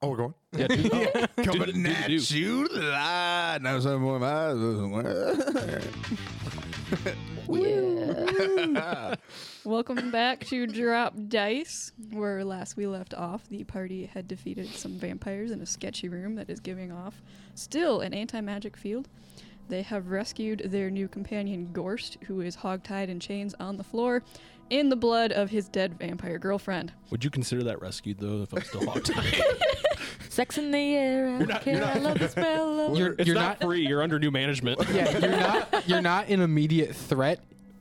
Oh, we're going. Yeah, do- Coming do- do- at do. you live. Now someone Welcome back to Drop Dice, where last we left off, the party had defeated some vampires in a sketchy room that is giving off still an anti magic field. They have rescued their new companion, Gorst, who is hogtied in chains on the floor in the blood of his dead vampire girlfriend. Would you consider that rescued though? If I'm still locked, Sex in the air. I don't not- care. you're not- I love the smell. Of You're it's you're not, not, free. You're under new management. yeah, you're not you're not an immediate threat.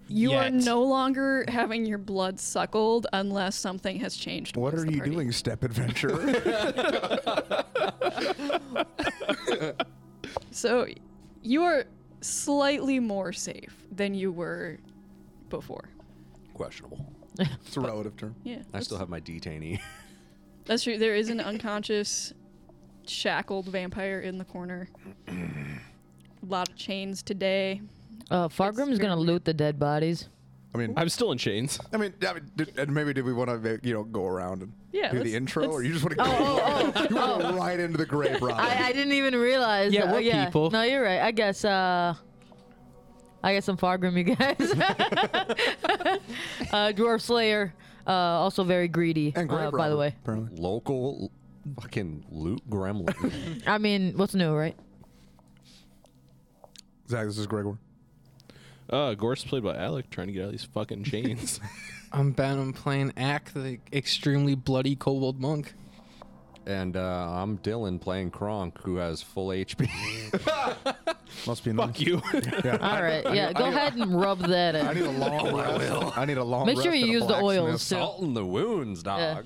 You Yet. are no longer having your blood suckled unless something has changed. What towards are the you party. doing, Step Adventure? So you are slightly more safe than you were before. Questionable. it's a relative term. Yeah. I still that's- have my detainee. That's true. There is an unconscious, shackled vampire in the corner. A lot of chains today. Uh, Fargrim's gonna loot the dead bodies. I mean, I'm still in chains. I mean, I mean did, and maybe did we want to you know go around and Yeah, do let's- the intro, or let's- you just want to go you want to right into the grave, Robin? Oh, I, I didn't even realize. Yeah, that- we're oh, yeah. people. No, you're right. I guess. Uh, I guess I'm Fargrim, you guys. uh, Dwarf Slayer, uh, also very greedy. and grave uh, by the robber, way, apparently. Local fucking loot gremlin. I mean, what's new, right? Zach, this is Gregor. Uh, Gorse played by Alec, trying to get out of these fucking chains. I'm Ben. I'm playing Ack, the extremely bloody kobold monk. and uh, I'm Dylan playing Kronk, who has full HP. Must be Fuck you. All right. Yeah, I go need- ahead and rub that I need in. a Oh, long rest. I need a long. Make sure rest you and a use the blacksmith. oils, too. Salt in the wounds, dog.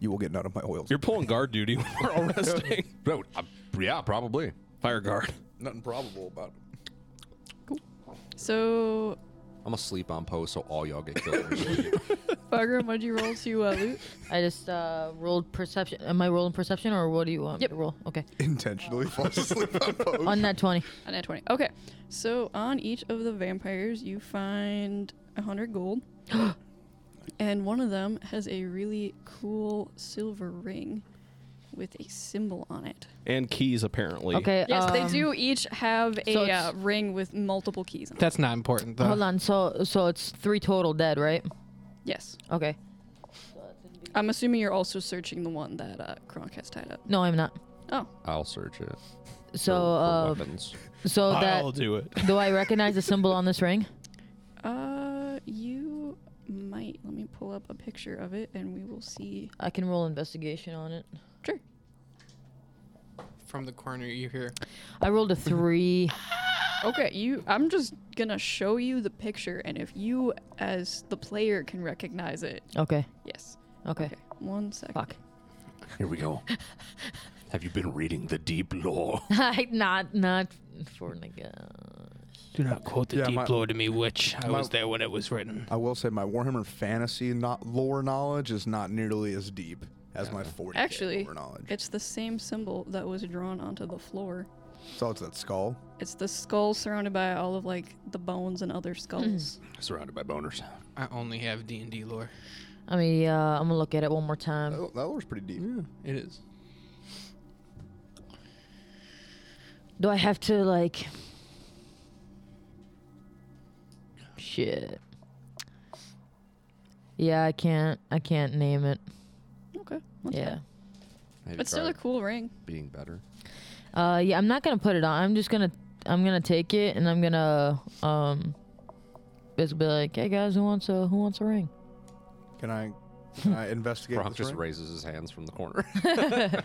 You will get none of my oils. you're pulling guard duty when we're all resting. Bro, uh, yeah, probably. Fire guard. nothing probable about it. So, I'm gonna sleep on post so all y'all get killed. Fargrim, what'd you roll to uh, loot? I just uh, rolled perception. Am I rolling perception, or what do you want? Yep. roll. Okay. Intentionally Oh. falls asleep on post. On that twenty. On that 20. Okay. So, on each of the vampires, you find 100 gold. and one of them has a really cool silver ring with a symbol on it. And keys apparently. Okay. Yes, they um, do each have a so uh, it's- ring with multiple keys on it. That's not important though. Hold on. So, so it's three total dead, right? Yes. Okay. I'm assuming you're also searching the one that uh, Kronk has tied up. No, I'm not. Oh, I'll search it. So, For- uh, for weapons. so that I'll do it. do I recognize the symbol on this ring? uh, you might. Let me pull up a picture of it, and we will see. I can roll investigation on it. Sure. From the corner, you hear. I rolled a three. Okay, you. I'm just gonna show you the picture, and if you, as the player, can recognize it, Okay. yes. Okay. Okay, one second. Fuck. Here we go. Have you been reading the deep lore? I not not for nigga. Do not quote the Yeah, deep my- lore to me, witch. I my- was there when it was written. I will say my Warhammer fantasy not lore knowledge is not nearly as deep as my 40 Actually, lore knowledge. it's the same symbol that was drawn onto the floor. so it's that skull. It's the skull surrounded by all of like the bones and other skulls. Surrounded by boners. I only have D and D lore. I mean, uh, I'm gonna look at it one more time. That, that lore's pretty deep. It is. Do I have to like? Shit. Yeah, I can't. I can't name it. Okay. that's yeah. fine. It's still a cool ring. being better. Uh, yeah, I'm not gonna put it on. I'm just gonna I'm gonna take it and I'm gonna um basically be like, hey guys, who wants a who wants a ring? Can I, can I investigate Kronk this just ring? raises his hands from the corner.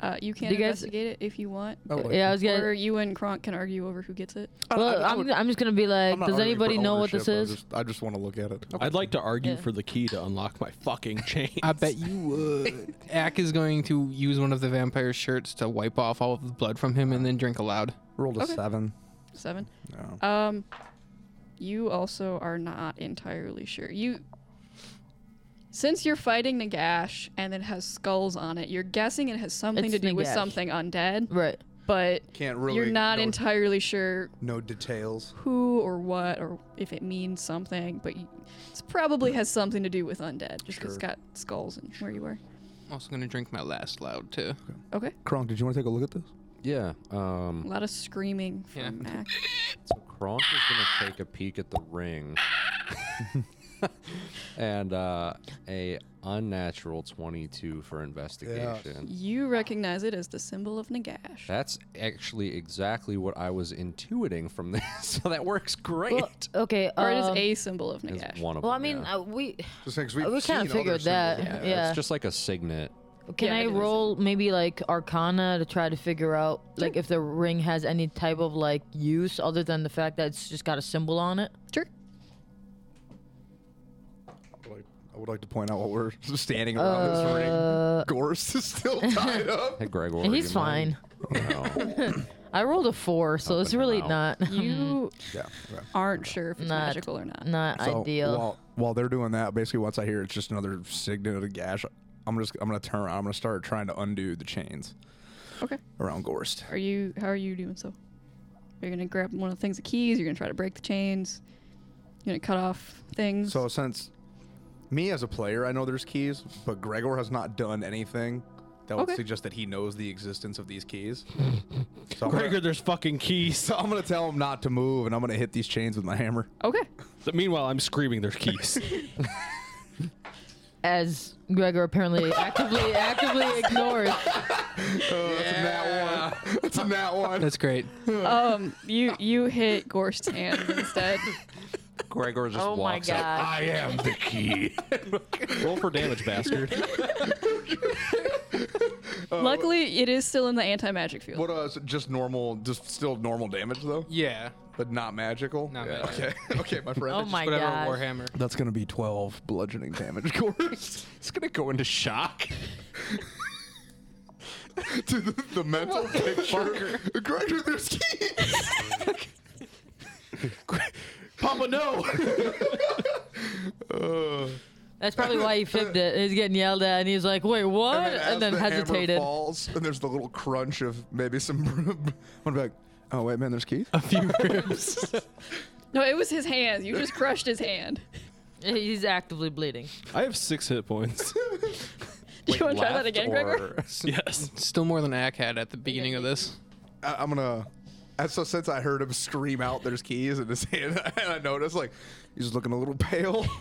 Uh, you can Do you guys- investigate it if you want. Oh, wait. yeah, I was Or gonna. you and Kronk can argue over who gets it. Well, I, am I'm just gonna be like, I'm not does arguing for anybody know what this ownership, is? I just, I just want to look at it. I'd like to argue Yeah. for the key to unlock my fucking chain. I bet you would. Ack is going to use one of the vampire's shirts to wipe off all of the blood from him and then drink aloud. Rolled a Okay. seven. Seven. No. Um, you also are not entirely sure. You, since you're fighting Nagash and it has skulls on it, you're guessing it has something It's to do with Nagash. something undead, Right. but Can't really. you're not no, entirely sure No details. who or what or if it means something. But you, it probably has something to do with undead, just Sure. 'cause it's got skulls and where you are. also gonna drink my last loud too. Okay. Kronk, did you want to take a look at this? Yeah. Um, A lot of screaming Yeah. from Mac. So Kronk is gonna take a peek at the ring. and uh, a unnatural 22 for investigation. You recognize it as the symbol of Nagash. That's actually exactly what I was intuiting from this. so that works great. Well, okay. or it is um, a symbol of It's Nagash. one of Well, I uh, them, mean, yeah. uh, we Just because uh, we kind of figured that. Yeah, Yeah. It's just like a signet. Can Yeah, I it is. roll maybe like Arcana to try to figure out like if the ring has any type of like use other than the fact that it's just got a symbol on it? Sure. I would like to point out while we're standing around Uh, this ring, Gorse is still tied up. Hey, Gregor. And do he's you mind? fine. No. I rolled a four, so it's Helping him really out. not You Yeah. yeah. aren't sure if it's Mm-hmm. Not- magical or not. not So ideal. While, while they're doing that, basically, once I hear it's just another signet of the gash, I'm just I'm gonna turn. around, I'm gonna start trying to undo the chains Okay. around Gorst. Are you? How are you doing? So, you're gonna grab one of the things, the keys. You're gonna try to break the chains. You're gonna cut off things. So since me as a player, I know there's keys, but Gregor has not done anything that would Okay. suggest that he knows the existence of these keys. so, I'm Gregor, gonna, there's fucking keys. so I'm gonna tell him not to move, and I'm gonna hit these chains with my hammer. okay. Meanwhile, I'm screaming, there's keys. As Gregor apparently actively actively ignores. It's a nat one. That's great. Um, you you hit Gorst's hand instead. Gregor just Oh my walks up. god. I am the key. Roll for damage, bastard. Luckily, it is still in the anti magic field. Oh. what uh, just normal, just still normal damage though, Yeah. but not magical. Not Yeah. magical. Okay, okay, my friend. Oh my Whatever god. Warhammer. That's gonna be twelve bludgeoning damage, Gorst. It's gonna go into shock. to the, the mental picture. Gregor, there's keys. Papa, no! That's probably why he flipped it. He's getting yelled at and he's like, wait, what? as And then, the hammer hesitated. falls, and there's the little crunch of maybe some. I'm gonna be like, oh wait, man, there's keys. No, it was his hand. You just crushed his hand. He's actively bleeding. I have six hit points. Do you want to try that again, Gregor? yes. Still more than Ack had at the beginning of this. I, I'm gonna. and So since I heard him scream out, "There's keys," in his hand, and I noticed like he's just looking a little pale.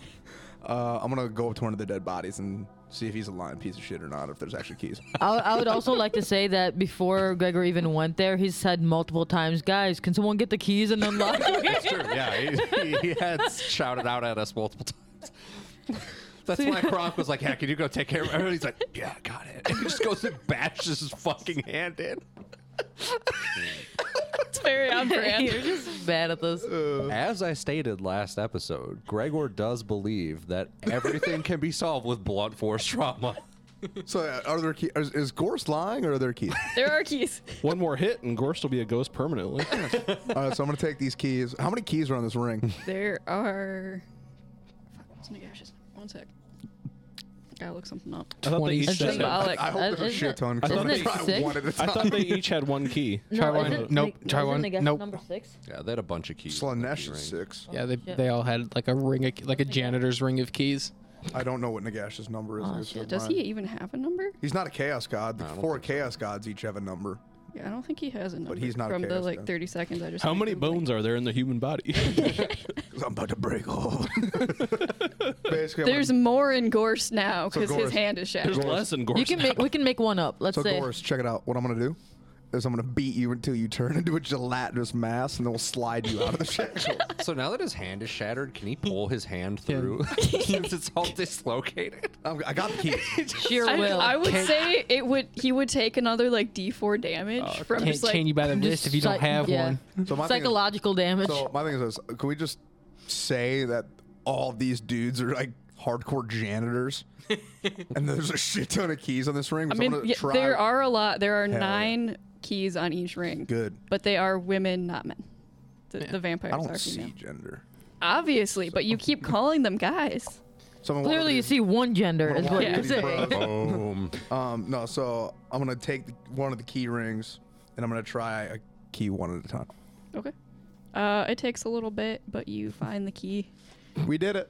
Uh, I'm gonna go up to one of the dead bodies and see if he's a lying piece of shit or not. If there's actually keys. I, I would also like to say that before Gregor even went there, he said multiple times, "Guys, can someone get the keys and unlock?" me?" That's true. Yeah, he, he had shouted out at us multiple times. That's why Kronk was like, "Yeah, can you go take care of?" it?" He's like, "Yeah, got it." And he just goes and bashes his fucking hand in. It's very on You're brand. just bad at this. As I stated last episode, Gregor does believe that everything can be solved with blunt force trauma. So uh, are there keys? Is, is Gorse lying or are there keys? there are keys. One more hit, and Gorst will be a ghost permanently. All right, Uh, so I'm gonna take these keys. How many keys are on this ring? There are. Fuck, what's Nagash's? One sec. Gotta look something up. I thought they each It's had- symbolic. I hope Uh, there's a isn't shit it- ton. 'cause I'm isn't gonna it try six? one at a I time. thought they each had one key. Try one. Nope. Try one. Nope. Number six. Yeah, they had a bunch of keys. in the Slanesh key is ring. six. Yeah, they, they all had like a ring, of, like a janitor's ring of keys. I don't know what Nagash's number is. Oh, It's shit. not Does mine. he even have a number? He's not a chaos god. The I don't four think chaos gods each have a number. Yeah, I don't think he has a number. he's not a from the chaos like god. 30 seconds I just. How went many Googling. bones are there in the human body? 'Cause I'm about to break all. Basically, I'm There's gonna- more in Gorse now So because his Gorse- hand is shattered. There's less than Gorst. You can make. We can make one up. Let's so say. Goris, check it out. What I'm gonna do is I'm gonna beat you until you turn into a gelatinous mass, and then we'll slide you out of the shackles. So now that his hand is shattered, can he pull his hand through since it's all dislocated? I'm, I got the keys. Sheer I, will. I would say it would. He would take another like D4 damage Oh, from Can't just like. chain you by the Just wrist if you don't psych- have yeah. one. So my thing is- Psychological damage. So my thing is this: Can we just say that all these dudes are like hardcore janitors, and there's a shit ton of keys on this ring? I So I'm mean, gonna yeah, try- there are a lot. There are yeah. nine keys on each ring. good. But they are women, not men. The, the vampires I are don't see female. gender. Obviously, but you keep calling them guys. So I'm gonna walk over Clearly, you to see one gender these- is I'm gonna what walk you're over to these saying. bros. Boom. Um, no. So I'm gonna take the, one of the key rings, and I'm gonna try a key one at a time. Okay. Uh, it takes a little bit, but you find the key. We did it.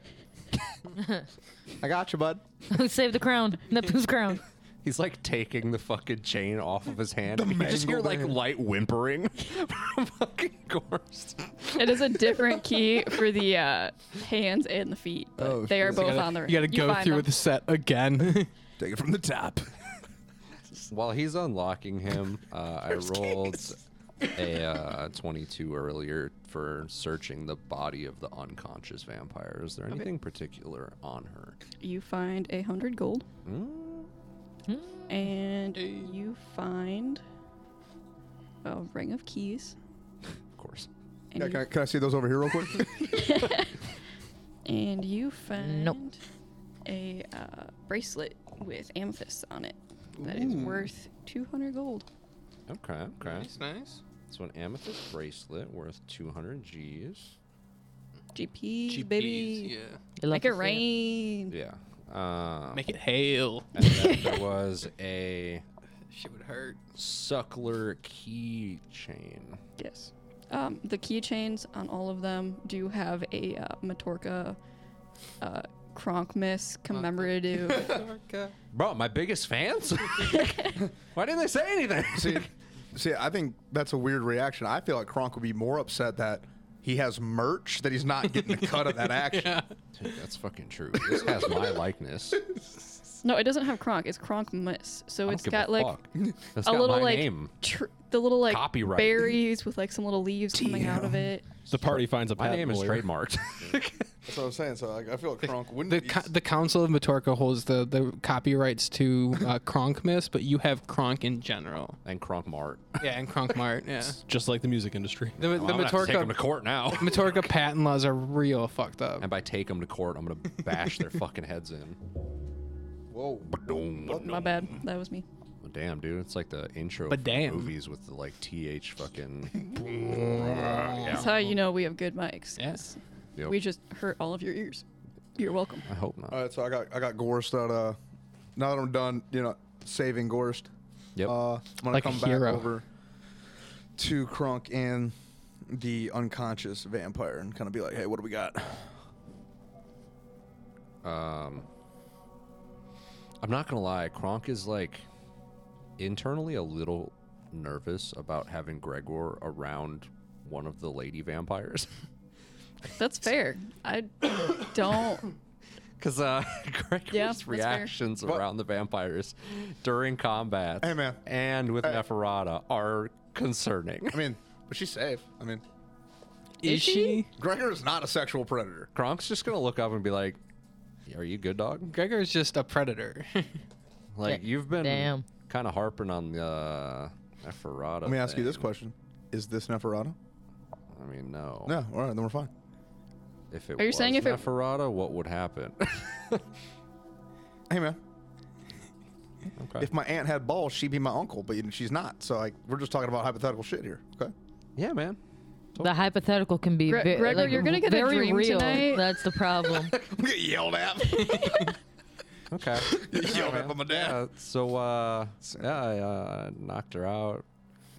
I got you, bud. Save the crown. Neptune's crown. He's like taking the fucking chain off of his hand. you just hear mangled like hand. light whimpering from fucking Gorst. It is a different key for the uh, hands and the feet. But Oh, they are shit. both You on the ring. You gotta go find through them. with the set again. Take it from the top. While he's unlocking him, uh, I rolled a uh, 22 earlier for searching the body of the unconscious vampire. Is there anything particular on her? You find a hundred gold. Mm-hmm. And you find a ring of keys. Of course. And, Yeah, you, can, I, can I see those over here real quick? and you find a uh, bracelet with amethyst on it that is worth 200 gold. Okay, okay. nice. So an amethyst bracelet worth 200 G's. GPs, baby. You love Make it to see it. rain. Yeah. Um, Make it hail. and then there was a Shit would hurt. suckler keychain. Yes. Um, the keychains on all of them do have a uh, Matorka uh, Kronkmas commemorative. Bro, my biggest fans? Why didn't they say anything? see, see, I think that's a weird reaction. I feel like Kronk would be more upset that he has merch that he's not getting a cut of that action. Dude, that's fucking true. This has my likeness. no, it doesn't have Kronk. It's Kronkmas. So I it's don't give got like fuck. That's a got little my like name. tr- the little like Copyright. berries with like some little leaves coming out of it. The party finds a My patent name is lawyer. trademarked. That's what I'm saying. So like, I feel like Kronk wouldn't. The, be- co- the Council of Matorka holds the, the copyrights to uh, Kronk Miss, but you have Kronk in general. and Kronk Mart. Yeah, and Kronk Mart. Yeah. Just like the music industry. The, the Well, I'm gonna have to take him to Matorka, court now. Matorka patent laws are real fucked up. and by take him to court, I'm gonna bash their fucking heads in. Whoa. Ba-doom, My ba-doom. bad. That was me. Well, damn, dude, it's like the intro But for damn. movies with the like th fucking. That's how you know we have good mics. Yes. Yep. We just hurt all of your ears. You're welcome. I hope not. All right, so I got I got Gorst out. Uh, now that I'm done, you know, saving Gorst. Yep. Uh, I'm gonna Like a come back hero. over to Krunk and the unconscious vampire and kind of be like, hey, what do we got? Um, I'm not gonna lie, Kronk is like internally a little nervous about having Gregor around one of the lady vampires. That's fair. I don't. Because uh, Gregor's Yeah, that's fair. reactions around the vampires during combat Hey, man. and with Neferata are concerning. I mean, but she's safe. I mean, Is she? Gregor is not a sexual predator. Kronk's just gonna look up and be like, "Are you good, dog? Gregor's just a predator. Like you've been Damn. kind of harping on the uh, Neferata." Let me ask you this thing." question: Is this Neferata? I mean, no. No. All right, then we're fine. If it Are you was saying if it- Neferata, what would happen? Hey, man. okay. If my aunt had balls, she'd be my uncle, but she's not. So like, we're just talking about hypothetical shit here. Okay. yeah, man. The hypothetical can be Gre- ve- Gregor, like, you're gonna get a very dream real. tonight. That's the problem. We get yelled at. Okay. yelled at by my dad. Uh, so uh, yeah, I uh, knocked her out.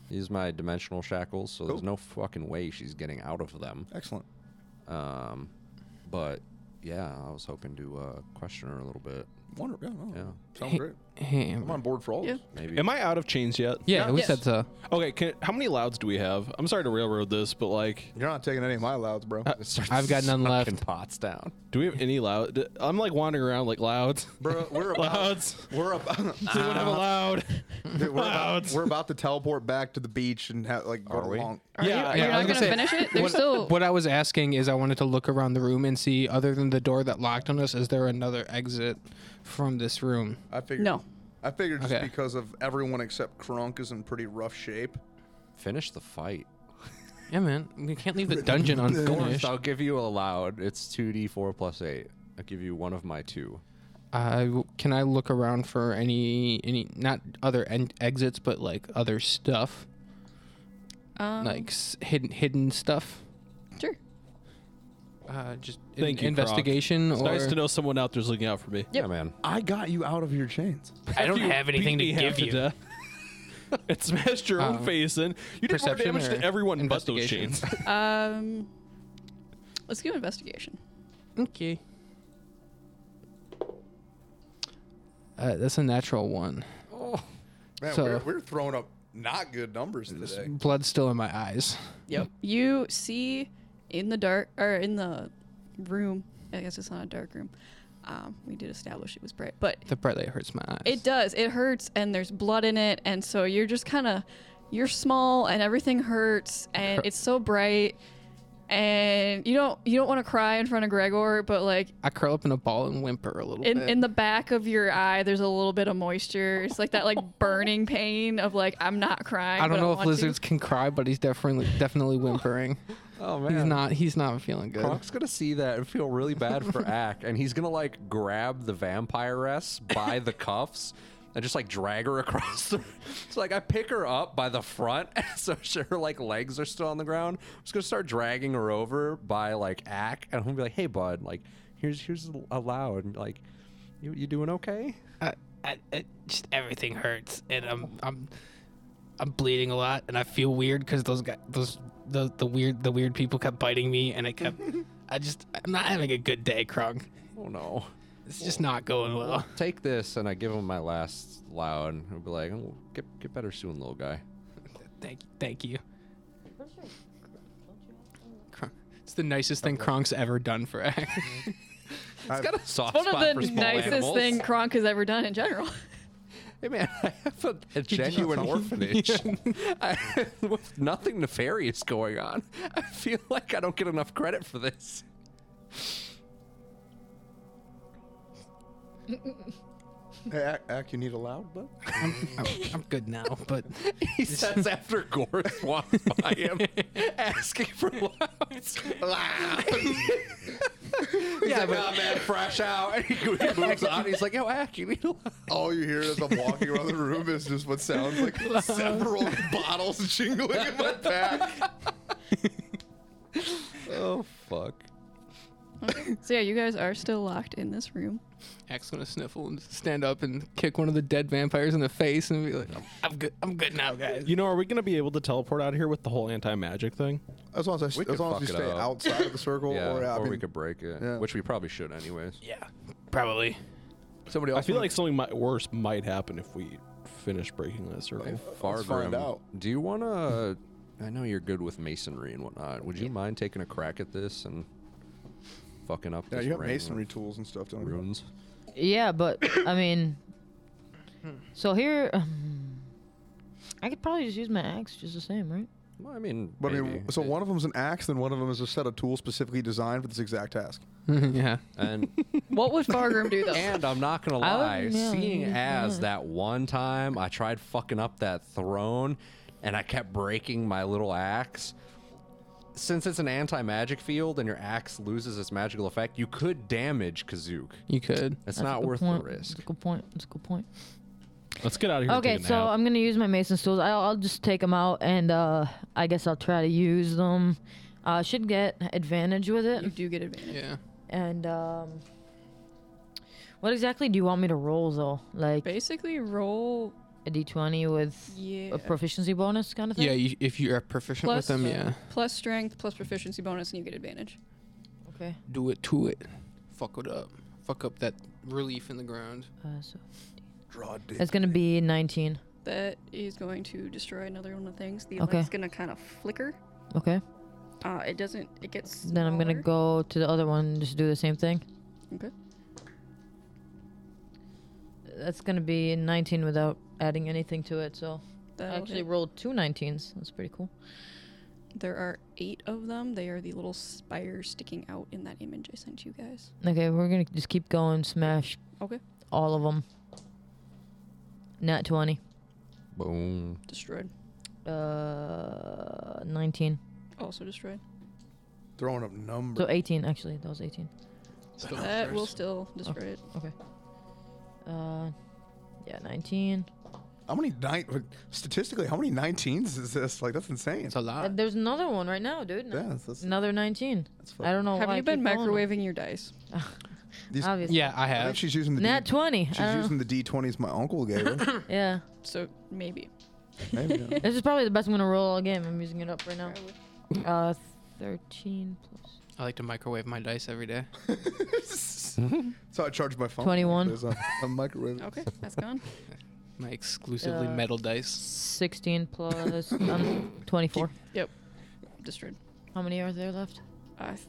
Used my dimensional shackles, so there's Cool. no fucking way she's getting out of them. Excellent. Um, but yeah, I was hoping to uh, question her a little bit. Wonderful. Yeah, no, Yeah. Sounds great. Hey, I'm on board for all of Yeah. this. Maybe. Am I out of chains yet? yeah, we Yes. said so. Okay. Can, how many louds do we have? I'm sorry to railroad this, but like, You're not taking any of my louds, bro. I've got none left. Fucking pots down. do we have any loud? d- I'm like wandering around like louds. bro, we're Louds. We're about, Does anyone have a loud? dude, we're, about, Louds. we're about to teleport back to the beach and ha- like go Are to we? long. Are Yeah, you, yeah, are you I not was gonna gonna say, finish it? There's what, still. what I was asking is I wanted to look around the room and see, other than the door that locked on us, is there another exit from this room? I figured. No. I figured just Okay. because of everyone except Kronk is in pretty rough shape. Finish the fight. Yeah, man, we can't leave the dungeon unfinished. I'll give you a loud. It's 2d4 plus 8. I'll give you one of my two. I w can I look around for any any not other en- exits, but like other stuff, Um, like s- hidden hidden stuff. Sure. Uh, just in- Thank you. Croc. investigation It's or nice to know someone out there's looking out for me. Yeah, man. I got you out of your chains. I don't You have beat anything to me half give you. death. it smashed your own Um, face in. You did more perception damage or to everyone but those investigation? chains. Um, let's do investigation. Okay. Uh, that's a natural one. Man, So- we're, we're throwing up not good numbers today. Mm-hmm. Blood's still in my eyes. Yep. You see in the dark or in the room. I guess it's not a dark room. Um, we did establish it was bright, but The bright light hurts my eyes. it does. It hurts, and there's blood in it, and so you're just kind of you're small, and everything hurts, and it's so bright, and you don't you don't want to cry in front of Gregor, but like I curl up in a ball and whimper a little in bit. in the back of your eye, there's a little bit of moisture. It's like that like burning pain of like I'm not crying. I but don't know if want to. lizards can cry, but he's definitely definitely whimpering. Oh man, he's not he's not feeling good. Croc's gonna see that and feel really bad for Ack, and he's gonna like grab the vampiress by the cuffs and just like drag her across the. So like I pick her up by the front, so she- her like legs are still on the ground. I'm just gonna start dragging her over by like Ack, and I'm gonna be like, "Hey, bud, like here's here's a loud like." You, you doing okay? I, I, I, just everything hurts, and I'm I'm I'm bleeding a lot, and I feel weird because those guys, those the the weird the weird people kept biting me, and I kept I just I'm not having a good day, Krog. Oh no. It's just not going well. Take this, and I give him my last loud. and I'll be like, oh, get get better soon, little guy. Thank thank you. Krong- It's the nicest thing Kronk's ever done for Ack. I- Got a soft One spot of for the small nicest animals. thing Kronk has ever done in general. Hey man, I have a, a genuine orphanage I, with nothing nefarious going on. I feel like I don't get enough credit for this. Hey, Ack, Ack, you need a loud, bud? I'm, I'm, I'm good now, but He says after Gorth walks by him, asking for loads. Loud. yeah, but oh, man, fresh out. And he moves on. He's like, "Yo, Ack, you need a loud." All you hear as I'm walking around the room is just what sounds like several bottles jingling in my back. Oh fuck. so yeah, you guys are still locked in this room. Ack's gonna sniffle and stand up and kick one of the dead vampires in the face and be like, "I'm, I'm good, I'm good now, guys." You know, are we gonna be able to teleport out here with the whole anti magic thing? As long as, I, We as could long as fuck you it stay up. outside of the circle, Yeah, or, or, uh, I we mean, could break it, yeah. which we probably should anyways. Yeah, probably. somebody I else. feel wanna- like something might, worse might happen if we finish breaking that circle. Let's find Fargrim, out. Do you want to? I know you're good with masonry and whatnot. Would you mind taking a crack at this and fucking up? yeah, this you have ring with masonry tools and stuff. Don't you? runes. Yeah, but I mean, Hmm. so here, um, I could probably just use my axe just the same, right? Well, I mean, But I maybe. mean, so one of them's an axe, and one of them is a set of tools specifically designed for this exact task. Mm-hmm, yeah. and What would Fargrim do though? and I'm not gonna I would- lie. yeah, seeing yeah. as that one time I tried fucking up that throne, and I kept breaking my little axe. Since it's an anti-magic field and your axe loses its magical effect, you could damage Kazook. You could. It's That's a not good worth point. the That's risk. a good point. That's a good point. Let's get out of here. and Okay, take a so um, nap. I'm gonna use my mason's tools. I'll, I'll just take them out, and uh, I guess I'll try to use them. Uh, I should get advantage with you it. do get advantage. Yeah. And um, what exactly do you want me to roll though? Like Basically, roll a d20 with yeah a proficiency bonus kind of thing. Yeah. You, if you are proficient Plus- uh, with them, yeah. plus strength plus proficiency bonus, and you get advantage. Okay. Do it to it. Fuck it up. Fuck up that relief in the ground. Uh, so Draw a dick. that's gonna be 19. That is going to destroy another one of the things. The Okay. light's gonna kind of flicker. Okay. Uh, it doesn't. It gets. Then I'm gonna go smaller. to the other one and just do the same thing. Okay. That's gonna be 19 without adding anything to it. So I That'll actually hit. rolled two 19s. That's pretty cool. There are eight of them. They are the little spires sticking out in that image I sent you guys. Okay, we're gonna just keep going. Smash Okay. all of them. Nat 20. Boom. Destroyed. Uh, 19. Also destroyed. Throwing up numbers. So 18 actually. That was 18. Still that first. will still destroy it. Uh, yeah, 19. How many nine? Statistically, how many 19s is this? Like that's insane. It's a Uh, lot. there's another one right now, dude. Yeah, that's, that's, Another 19. that's I fucking- don't know Have Oh, why. you I been keep going. microwaving your dice? These- Obviously. Yeah, I I have. think she's using the Nat D, 20. I she's don't using the D20s my uncle gave her. know. yeah. So maybe. Maybe, yeah. This is probably the best I'm gonna roll all game. I'm using it up right now. Uh, 13 plus. I like to microwave my dice every day. That's how I charge my phone. 21. There's a, a microwave. Okay, that's gone. My exclusively Uh, metal dice. 16 plus um, 24. Yep. Destroyed. How many are there left? I th-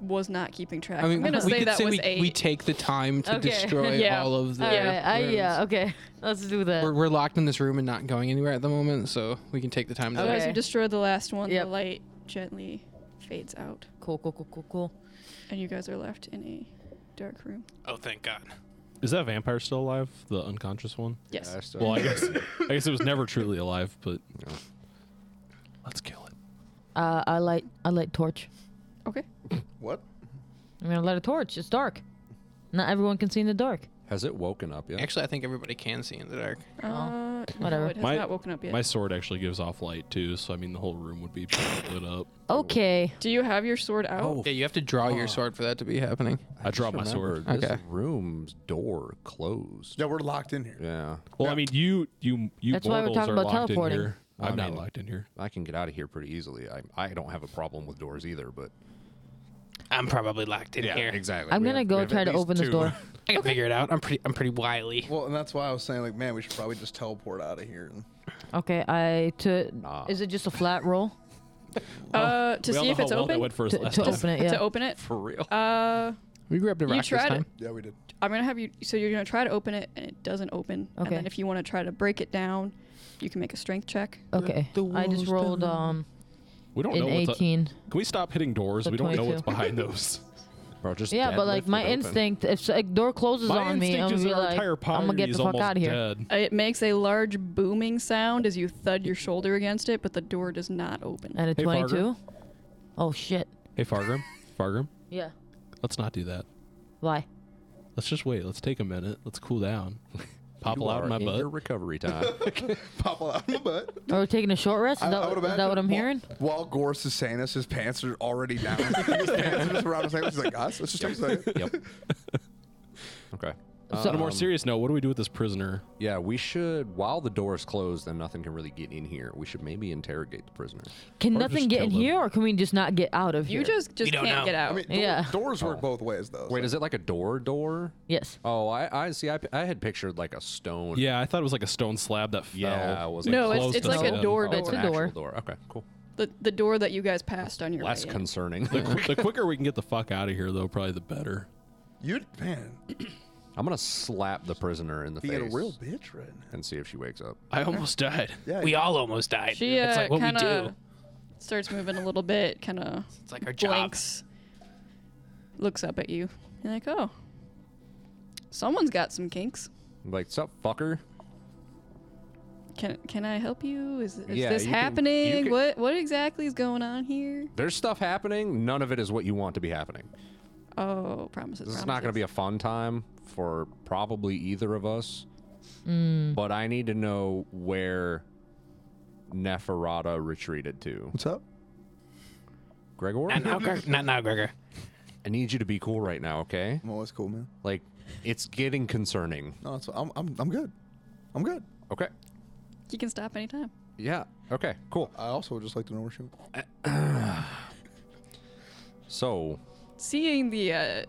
was not keeping track. I mean, I'm gonna we say could that say was we, eight. we take the time to Okay. destroy Yeah. all of the. All right. I, rooms. yeah. Okay. Let's do that. We're, we're locked in this room and not going anywhere at the moment, so we can take the time to. So as Okay. you destroy the last one, Yep. the light gently fades out, cool. Cool. Cool. Cool. Cool. and you guys are left in a dark room. Oh, thank God. Is that vampire still alive? The unconscious one? Yes. I still- Well, I guess I guess it was never truly alive, but No. let's kill it. Uh, I light. I light torch. Okay. What? I'm gonna light a torch. It's dark. Not everyone can see in the dark. Has it woken up yet? Actually, I think everybody can see in the dark. Uh, Oh. Whatever. No, it has My- not woken up yet. My sword actually gives off light too, so I mean the whole room would be lit up. Okay. Do you have your sword out? Oh. Yeah, you have to draw your sword for that to be happening. I dropped my sword. Remember, This Okay. room's door closed. Yeah, we're locked in here. Yeah. Well, I mean you you you That's why we're mortals talking are about locked teleporting. in here. Well, I'm I not mean- locked in here. I can get out of here pretty easily. I, I don't have a problem with doors either, but I'm probably locked in here. exactly. I'm We gonna have- we go have try at to least open this two. door. I can figure it out. I'm pretty. I'm pretty wily. Well, and that's why I was saying, like, man, we should probably just teleport out of here. And Okay. I to. Nah. Is it just a flat roll Uh, to we all see know if how it's well that open. went for us to, last to time. open it? Yeah. To open it. For real. Uh, We grabbed a You rock this tried it. time. yeah, we did. I'm gonna have you. So you're gonna try to open it, and it doesn't open. Okay. And then if you want to try to break it down, you can make a strength check. okay. the I just walls rolled down. um We don't an know Oh, what's up. Can 18. we stop hitting doors? So We don't know 22. what's behind those. Bro, just Yeah, but like deadlift my it open. instinct, if a door closes My on me, instinct I'm gonna is be our like, entire I'm gonna poverty get is the fuck almost out of here. dead. It makes a large booming sound as you thud your shoulder against it, but the door does not open. And a Hey, Fargo. 22. Oh shit. Hey Fargrim, Fargrim, Yeah. let's not do that. Why? Let's just wait. Let's take a minute. Let's cool down. Pop You a lot are in my in Your butt. recovery time. Pop out of my butt. Are we taking a short rest? Is that, would is that imagine what I'm while- hearing? While Gorse is saying this, his pants are already down. his pants are just around his ankles. He's like, us? Let's just take a second. yep. Okay. On a more Um, serious note, what do we do with this prisoner? Yeah, we should. While the door is closed and nothing can really get in here, we should maybe interrogate the prisoner. Can Or nothing just get kill in them. here, or can we just not get out of here? You just just don't can't know. get out. I mean, do- Yeah. doors work both ways, though. Wait, so- is it like a door door? yes. Oh, I, I see. I, I had pictured like a stone. Yeah, I thought it was like a stone slab that fell. Yeah. it was like no, it's, closed it's us like a in. door. Oh, door. it's an a actual door. door. Okay, cool. the the door that you guys passed on your Less way. in. concerning. the quicker we can get the fuck out of here, though, probably the better. You, man, I'm gonna slap the prisoner in the being a face real bitch right now. and see if she wakes up. I almost died. Yeah, We all almost died. She it's uh, like what we kind do. of starts moving a little bit, kind of It's like our job. blinks, looks up at you. You're like, oh, someone's got some kinks. I'm like, sup, fucker? Can can I help you? Is, is Yeah, this you can- you happening? can- What what exactly is going on here? There's stuff happening. None of it is what you want to be happening. Oh, promises. This is not going to be a fun time for probably either of us. But I need to know where Neferata retreated to. What's up? Gregor, Not now, Gregor. Not now, Gregor. I need you to be cool right now, okay? I'm always cool, man. Like, it's getting concerning. No, it's, I'm, I'm, I'm good. I'm good. Okay. You can stop anytime. Yeah. Okay. Cool. I also would just like to know where she was. So, Seeing the uh,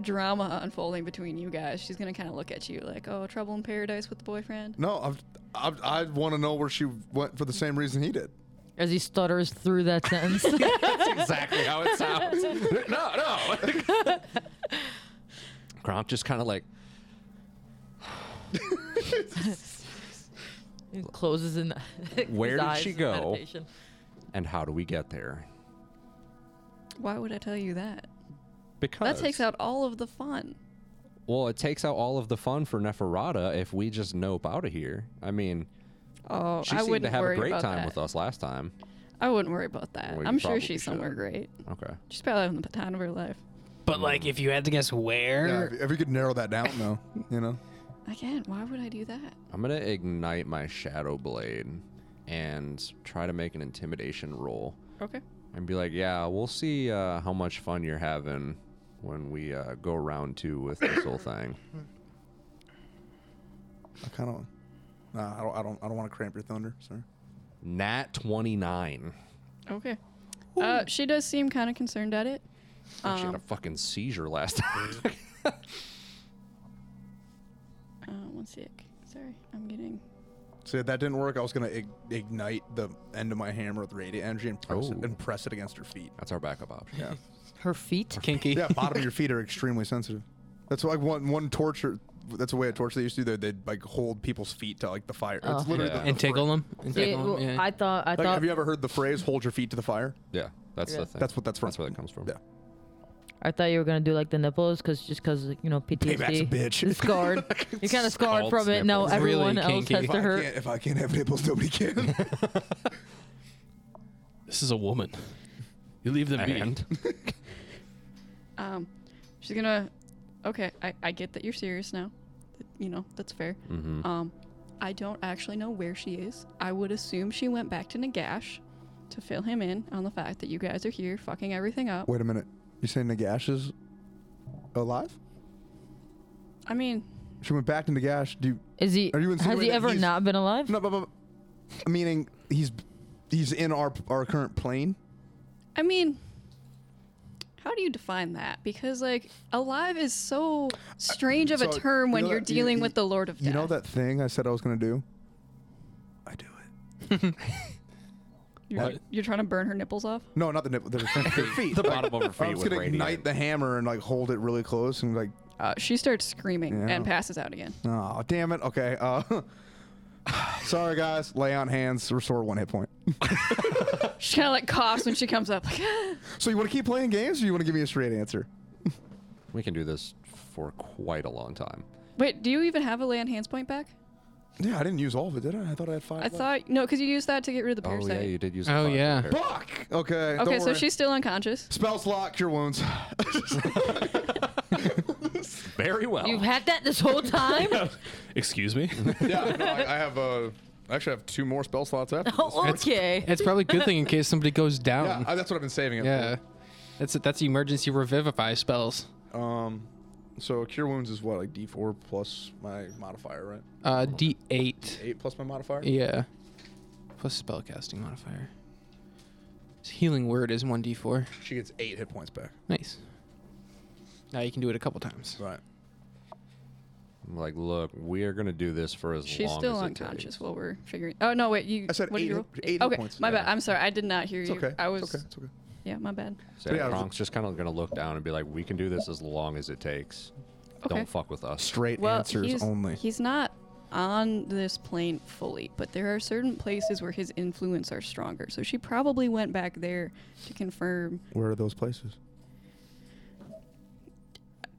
drama unfolding between you guys, she's gonna kind of look at you like, oh, trouble in paradise with the boyfriend. No, I've, I've, I want to know where she went for the same reason he did. As he stutters through that sentence. that's exactly how it sounds. no, no. Gromp just kind of like, He closes in. Where his did eyes she in go? meditation. and how do we get there? Why would I tell you that? Because That takes out all of the fun. Well, it takes out all of the fun for Neferata if we just nope out of here. I mean, Oh, she I seemed wouldn't to have worry a great about time that. with us last time. I wouldn't worry about that. Well, you I'm sure probably she's somewhere great. Okay. She's probably having the time of her life. But like, if you had to guess Mm. Yeah, where, if, if we could narrow that down, though, you know. Again, why would I do that? I'm going to ignite my Shadow Blade and try to make an intimidation roll Okay. and be like, yeah, we'll see uh, how much fun you're having when we uh, go round two with this whole thing. I kind of, nah, I don't, I don't, I don't want to cramp your thunder, sir. Nat 29. Okay. Uh, she does seem kind of concerned at it. Um, She had a fucking seizure last time. Uh, one sec. Sorry, I'm getting. See, if that didn't work, I was gonna ig- ignite the end of my hammer with radiant energy and press, it, Oh. and press it against her feet. That's our backup option. Yeah, Her feet? Kinky. yeah. Bottom of your feet are extremely sensitive. That's like one one torture. That's a way of torture they used to do. They would like hold people's feet to like the fire. It's Oh. literally Yeah. the, And tickle them. And See, tickle 'em, well, yeah. I thought. I Like, thought. have you ever heard the phrase "hold your feet to the fire"? Yeah, that's Yeah. the thing. That's what that's from. That's where that comes from. Yeah. I thought you were gonna do like the nipples, cause just cause you know PTSD. Payback's a bitch. It's scarred. You're kind of scarred Called from it. No, nipples. Really everyone else kinky. has to hurt. if I can't have nipples, nobody can. This is a woman. You leave them be. And Um, she's gonna. Okay, I, I get that you're serious now. That- You know that's fair. Mhm. Um, I don't actually know where she is. I would assume she went back to Nagash to fill him in on the fact that you guys are here fucking everything up. Wait a minute. You saying Nagash is alive? I mean, She went back to Nagash. Do you, Is he? Are you has insinuating he ever he's- not been alive? no, but, but, but- meaning he's he's in our our current plane. I mean, how do you define that? Because like alive is so strange of a So, term you when know you're that- you- dealing you- with the Lord of Death. You know that thing I said I was gonna do? I do it. you're, What? you're trying to burn her nipples off. No, not the nipple. The, the feet. the bottom of her I'm feet just with gonna radiant. ignite the hammer and like hold it really close and like, Uh, she starts screaming Yeah. and passes out again. oh damn it. Okay. Uh, sorry guys. Lay on hands. Restore one hit point. She kind of like coughs when she comes up. Like, So you want to keep playing games, or you want to give me a straight answer? We can do this for quite a long time. wait, do you even have a lay on hands point back? Yeah, I didn't use all of it, did I? I thought I had five. I thought no, because you used that to get rid of the Oh parasite. yeah, you did use. Oh, the five yeah. repair. Fuck. Okay. Okay, don't so worry. she's still unconscious. spell slot cure wounds. Very well. You've had that this whole time. Excuse me. yeah, no, I, I have uh, I actually have two more spell slots after. this. oh, okay. It's probably a good thing in case somebody goes Yeah, down. I- Uh, that's what I've been saving it Yeah. That's that's emergency revivify spells. for. Um, so cure wounds is what like D four plus my modifier, right? Uh, D8. Eight plus my modifier. Yeah. Plus spellcasting modifier. His healing word is 1d4. She gets eight hit points back. Nice. Now you can do it a couple times. Right. I'm like, look, we are gonna do this for as She's long still as it unconscious takes. while we're figuring. Oh no, wait, you. I said what did eight you hit- roll? eight hit Okay, points. my Yeah. bad. I'm sorry, I did not hear It's you. okay. I was. It's okay. It's okay. Yeah, my bad. So Yeah, I yeah, was- Kronk's just kind of gonna look down and be like, we can do this as long as it takes. Okay. Don't fuck with us. Straight Well, answers he's, only. He's not on this plane fully, but there are certain places where his influence are stronger. So she probably went back there to confirm. Where are those places?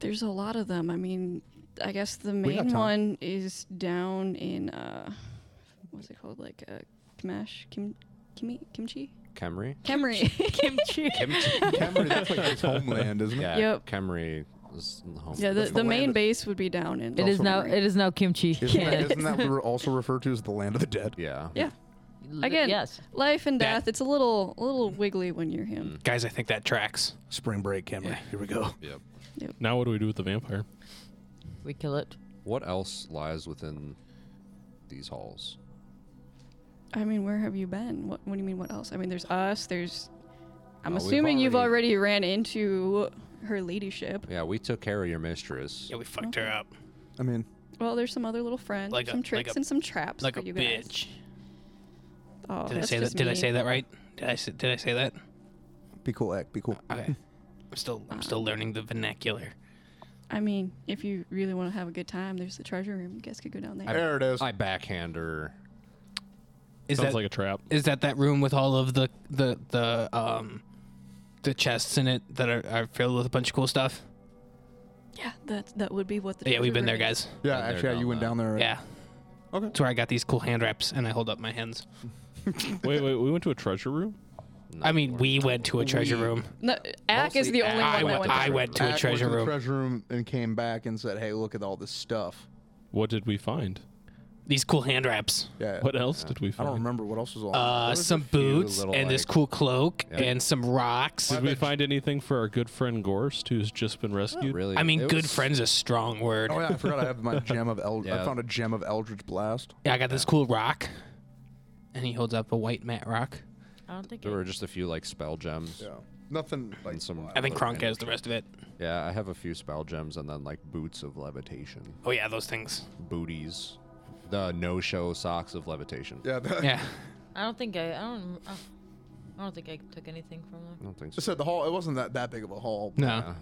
There's a lot of them. I mean, I guess the We have main time. one is down in uh, what's it called? Like uh, Kimash, Kim, Kimi, Kimchi, Kemri? Kemri. Kimchi. Cameron, that's like his homeland, isn't it? Yeah. Yep. Kemri is in the home. Yeah, the, That's the the main land. base would be down in. It is Also now. Kemri. It is now kimchi. Isn't, Yeah. that, isn't that what we're also referred to as the land of the dead? yeah. Yeah. Again, Yes. life and That- death. It's a little, a little wiggly when you're him. Guys, I think that tracks. Spring break, Cameron. Here we go. Yep. now what do we do with the vampire? We kill it. What else lies within these halls? I mean, where have you been? What, what do you mean? What else? I mean, there's us. There's. I'm No, we've assuming you've already already- ran into her ladyship. Yeah, we took care of your mistress. Yeah, we fucked her up I mean, Well, there's some other little friends, Like a- some like tricks a- and some traps like for a you guys. bitch. Oh, Did I that's say that? just Did I me. say that right? Did I say, did I say that? be cool, act. Be cool. Okay. I'm still I'm still learning the vernacular. I mean, if you really want to have a good time, there's the treasure room. You guys could go down there. There it is. I backhand her. Is Sounds that like a trap. is that that room with all of the the the um the chests in it that are, are filled with a bunch of cool stuff? yeah, that that would be what the. Yeah, we've been treasure there, room guys. is. yeah, they're actually, yeah, down you went there. down there. right? Yeah. Okay. That's where I got these cool hand wraps, and I hold up my hands. Wait, wait. We went to a treasure room. I mean, we went to a treasure We- room. No, Ack is Mostly the only I one that went, went. I went to a Ack treasure went to the room. treasure room and came back and said, "Hey, look at all this stuff." What did we find? these cool hand wraps. Yeah. What else did we I find? don't remember what else was on. um, Uh, some boots and little, this like- cool cloak Yeah. and some rocks. Did we find anything for our good friend Gorst, who's just been rescued? Really? I mean, it good was- friend's a strong word. oh yeah, I forgot I have my gem of Eldritch. I Yeah. found a gem of Eldritch Blast. Yeah, I got this cool rock, and he holds up a white matte rock. I don't think. There were just a few like spell gems. Yeah. Nothing like And some. I think other Kronk has the energy. rest of it. Yeah, I have a few spell gems and then like boots of levitation, Oh yeah, those things. booties. the no-show socks of levitation. Yeah. That, Yeah. I don't think I. I don't. I I don't think I took anything from I them. don't think I so. said the hall. It wasn't that, that big of a hall. No. Yeah,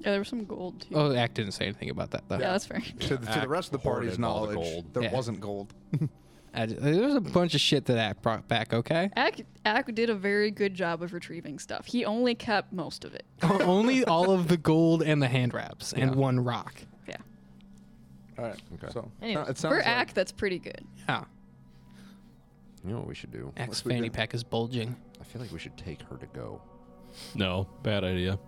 there was some gold too. Oh, Act didn't say anything about that though. yeah, that's fair. To, the- to the Act rest of the party's hoarded all the knowledge, gold. there Yeah. wasn't gold. I ju- there was a bunch of shit that Act brought back. Okay. Ak, Ak did a very good job of retrieving stuff. He only kept most of it. Only all of the gold and the hand wraps and one rock. Yeah. All right. Okay. So Anyway, it sounds For like- Ak, that's pretty good. Yeah. You know what we should do? Act's What's we fanny got? pack is bulging. I feel like we should take her to go. No, bad idea.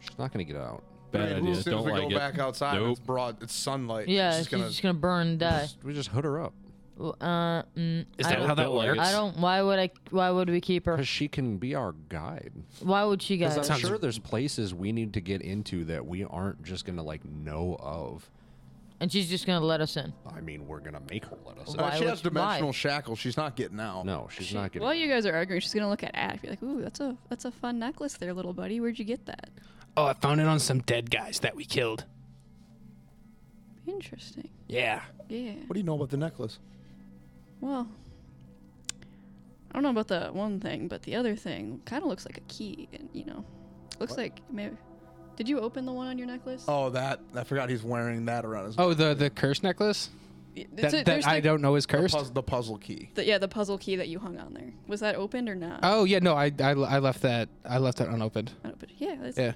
She's not gonna get out. I Bad mean, idea. As soon as Don't we like go it. back outside, Nope. it's broad. It's sunlight. Yeah, It's she's just gonna. just gonna burn and die. Just- we just hood her up Well, Uh, mm, Is I that don't- how that Don't like works? it. I don't. Why would I? Why would we keep her? because she can be our guide. Why would she Because guys? I'm Sounds- sure there's places we need to get into that we aren't just gonna like know of. And she's just gonna let us in. I mean, we're gonna make her let I us. in. mean, Why Uh, she would- has dimensional why? shackles. She's not getting out. No, she's She- not getting. While you guys are arguing, she's gonna look at Ak, be like, "Ooh, that's a that's a fun necklace there, little buddy. Where'd you get that? Oh, I found it on some dead guys that we killed. Interesting. Yeah. Yeah. What do you know about the necklace? Well, I don't know about the one thing, but the other thing kind of looks like a key, and you know, looks What? like maybe. Did you open the one on your necklace? Oh, that I forgot. He's wearing that around his. Oh, the the curse necklace Y- it's that, a- that there's I the- don't know is the, cursed. puz- the puzzle key. the- yeah, the puzzle key that you hung on there was that opened or not? Oh yeah, no, I, I, I left that I left that unopened. I don't- but yeah, that's, Yeah.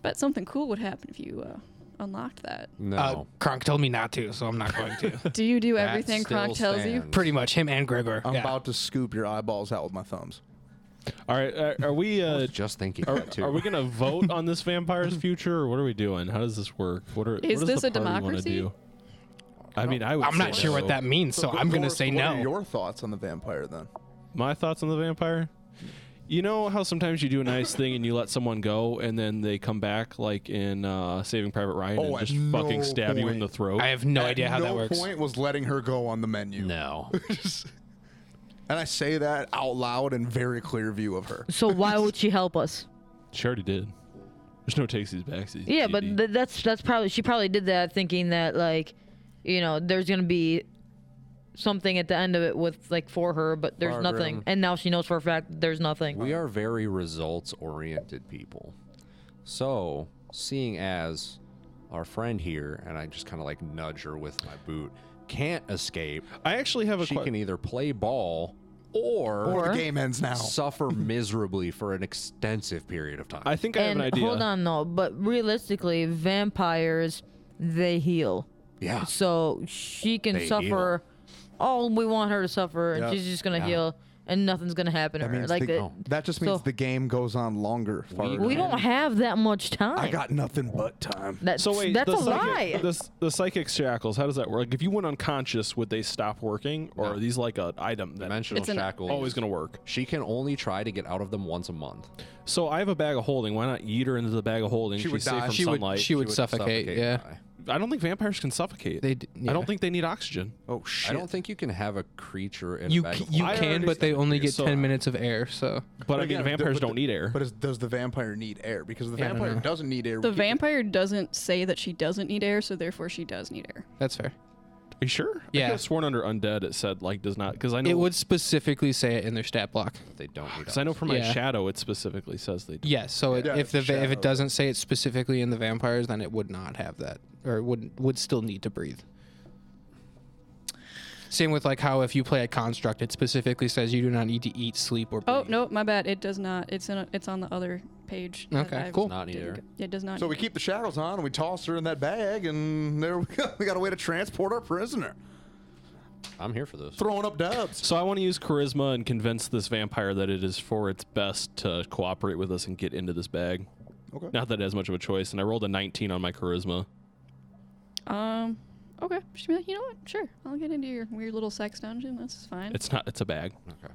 But something cool would happen if you uh, unlocked that. no, Oh. Uh, Kronk told me not to, so I'm not going to. Do you do That everything still Kronk tells you? stands. Pretty much him and Gregor. I'm yeah. about to scoop your eyeballs out with my thumbs. All right, are, are we? I Uh, was just thinking are, that too. are we gonna vote on this vampire's future, or what are we doing? How does this work? What are? Is what does this the a party wanna democracy? Do? I mean, I would. I'm not say sure what no. that means, so, I'm gonna Doris, say what no. Are your thoughts on the vampire then? My thoughts on the vampire? You know how sometimes you do a nice thing and you let someone go and then they come back, like in uh, Saving Private Ryan, Oh, and at just no fucking stab you in point. the throat? I have no idea how no that works. point was letting her go on the menu. no, And I say that out loud in very clear view of her. So why would she help us? she already did. There's no takesies backsies. Yeah, but GD. th- that's that's probably she probably did that thinking that like, you know, there's gonna be something at the end of it with like for her, but there's Barbara. nothing, and now she knows for a fact that there's nothing. we are very results-oriented people. So, seeing as our friend here, and I just kind of like nudge her with my boot, can't escape. I actually have a She que- can either play ball or, Or Or- the game ends now. suffer miserably for an extensive period of time. I think I have and an idea. hold on, no, but realistically, vampires they heal, yeah. so she can They suffer. All we want her to suffer, and Yeah. she's just gonna Yeah. heal, and nothing's gonna happen to That her. means like the- that, That just means so- the game goes on longer. farther. we don't have that much time. I got nothing but time. that's, So wait, that's the a psychic, lie. The, s- the psychic shackles. How does that work? Like, if you went unconscious, would they stop working, or No. are these like a item that Dimensional It's an- shackles. always going to work? She can only try to get out of them once a month. So I have a bag of holding. Why not eat her into the bag of holding? She She's would safe die. from she would sunlight. she would suffocate. Suffocate yeah. and die. I don't think vampires can suffocate. They d- I yeah. don't think they need oxygen. Oh shit! I don't think you can have a creature in You a bag c- of you I holding. can, already but they said only that, get so ten I- minutes of air. So But I Again, mean, the- vampires Oh, but don't the- need air. But is, does the vampire need air? Because the I don't vampire know. doesn't need air. The We can- vampire doesn't say that she doesn't need air, so therefore she does need air. that's fair. Are you sure? I Yeah. could have sworn under undead it said like does not because I know It would specifically say it in their stat block. They don't need. because I know from my Yeah. shadow it specifically says they. Do. Yes. So it, Yeah, if the va- if shadow. it doesn't say it specifically in the vampires, then it would not have that, or it would would still need to breathe. Same with like how if you play a construct, it specifically says you do not need to eat, sleep, or breathe. Oh no, my bad. It does not. It's in. A, it's on the other page. that Okay, I cool. Not didn't either. go- It does not. So we need- keep the shackles on and we toss her in that bag, and there we go. We got a way to transport our prisoner. I'm here for this. Throwing up dubs. So I want to use charisma and convince this vampire that it is for its best to cooperate with us and get into this bag. Okay. Not that it has much of a choice, and I rolled a 19 on my charisma. Um. Okay. She'd be like, you know what? Sure, I'll get into your weird little sex dungeon. That's fine. It's not. It's a bag. Okay.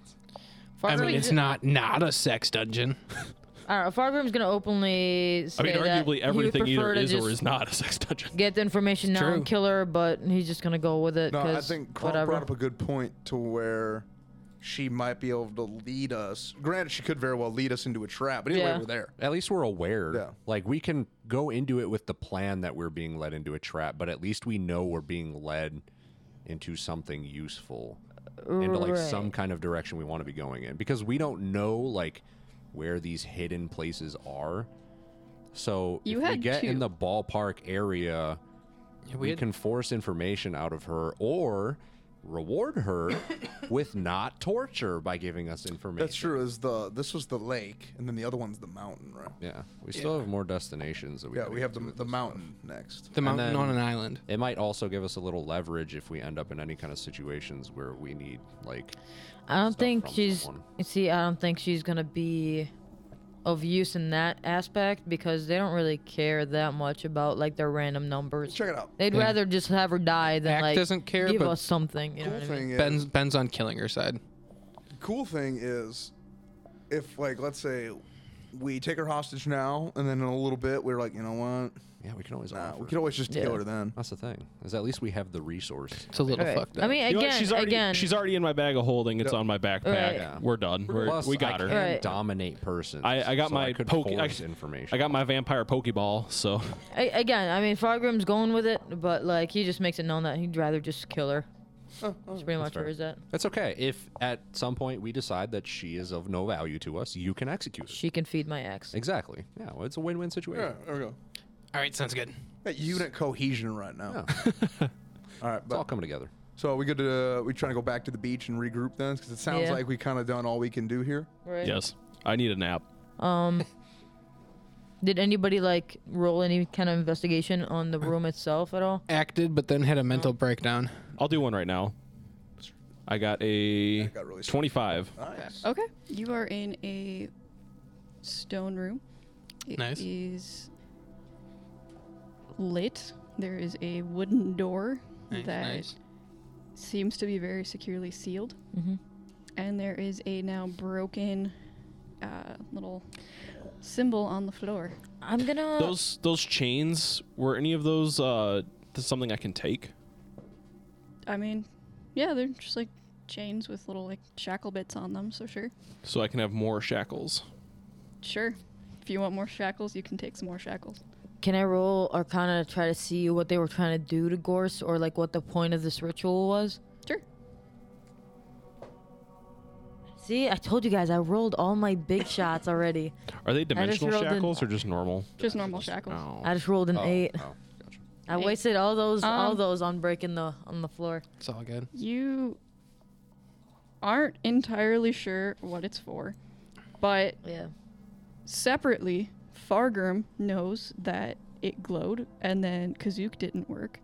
I Fargrim's- mean, it's not not a sex dungeon. I don't know. Fargrim's gonna openly I say mean, that arguably he would everything either prefer to is or just is not a sex dungeon. Get the information now true. and kill her, but he's just gonna go with it. No, I 'cause think Kronk whatever. brought up a good point to where she might be able to lead us. Granted, she could very well lead us into a trap, but anyway, Yeah. we're there. At least we're aware. Yeah. Like we can go into it with the plan that we're being led into a trap, but at least we know we're being led into something useful, uh, into like Right. some kind of direction we want to be going in, because we don't know like where these hidden places are. So You if we had get in two. the ballpark area, we, had- can force information out of her or reward her with not torture by giving us information. That's true. Is the this was the lake, and then the other one's the mountain, right? Yeah, we still have more destinations that we Yeah, gotta we get have to the with the this. mountain next. The mountain then- on an island. It might also give us a little leverage if we end up in any kind of situations where we need like I don't stuff think from she's. someone. you See, I don't think she's gonna be of use in that aspect because they don't really care that much about like their random numbers. Check it out. They'd Yeah. rather just have her die than Act like doesn't care, give but us something. You know Cool what I mean? thing Ben's is, Ben's on killing her side. cool thing is, if like let's say we take her hostage now, and then in a little bit we're like, you know what? yeah, we can always Nah, we offer. could always just Yeah. kill her then. That's the thing is at least we have the resource. It's a little Right. fucked up. I mean, You know what? again, she's already again, she's already in my bag of holding. It's on my backpack. Yeah. We're done. We're, Plus, we got I her. Can Right. Dominate person. I, I got so my I could poke. I, force information. I got my vampire pokeball. So a- again. I mean, Fargrim's going with it, but like he just makes it known that he'd rather just kill her. That's pretty much fair. where is that? That's okay. If at some point we decide that she is of no value to us, you can execute. her. She can feed my ex. Exactly. Yeah, well, it's a win-win situation. Yeah, there we go. All right, sounds good. That unit cohesion right now. all right, It's but, all coming together. so we good to we trying to go back to the beach and regroup then, because it sounds Yeah. like we kind of done all we can do here. Right. yes, I need a nap. Did anybody like roll any kind of investigation on the room itself at all? Acted, but then had a Oh. mental breakdown. I'll do one right now. I got a got really sick. 25. Nice. Okay. You are in a stone room. It Nice. is lit. There is a wooden door Nice, that nice. seems to be very securely sealed. Mhm. And there is a now broken uh, little symbol on the floor. I'm gonna. Those those chains were any of those uh th- something I can take? I mean, yeah, they're just like chains with little like shackle bits on them, so sure. So I can have more shackles. Sure. If you want more shackles, you can take some more shackles. Can I roll Arcana to try to see what they were trying to do to Gorse or like what the point of this ritual was? Sure. See, I told you guys I rolled all my big shots already. Are they just dimensional rolled in- shackles or just normal? Just normal shackles. Oh. I just rolled an Oh, eight. oh, gotcha. I wasted all those all Um, those on breaking the on the floor. It's all good. You aren't entirely sure what it's for, but Yeah. separately, Fargrim knows that it glowed, and then Kazook didn't work,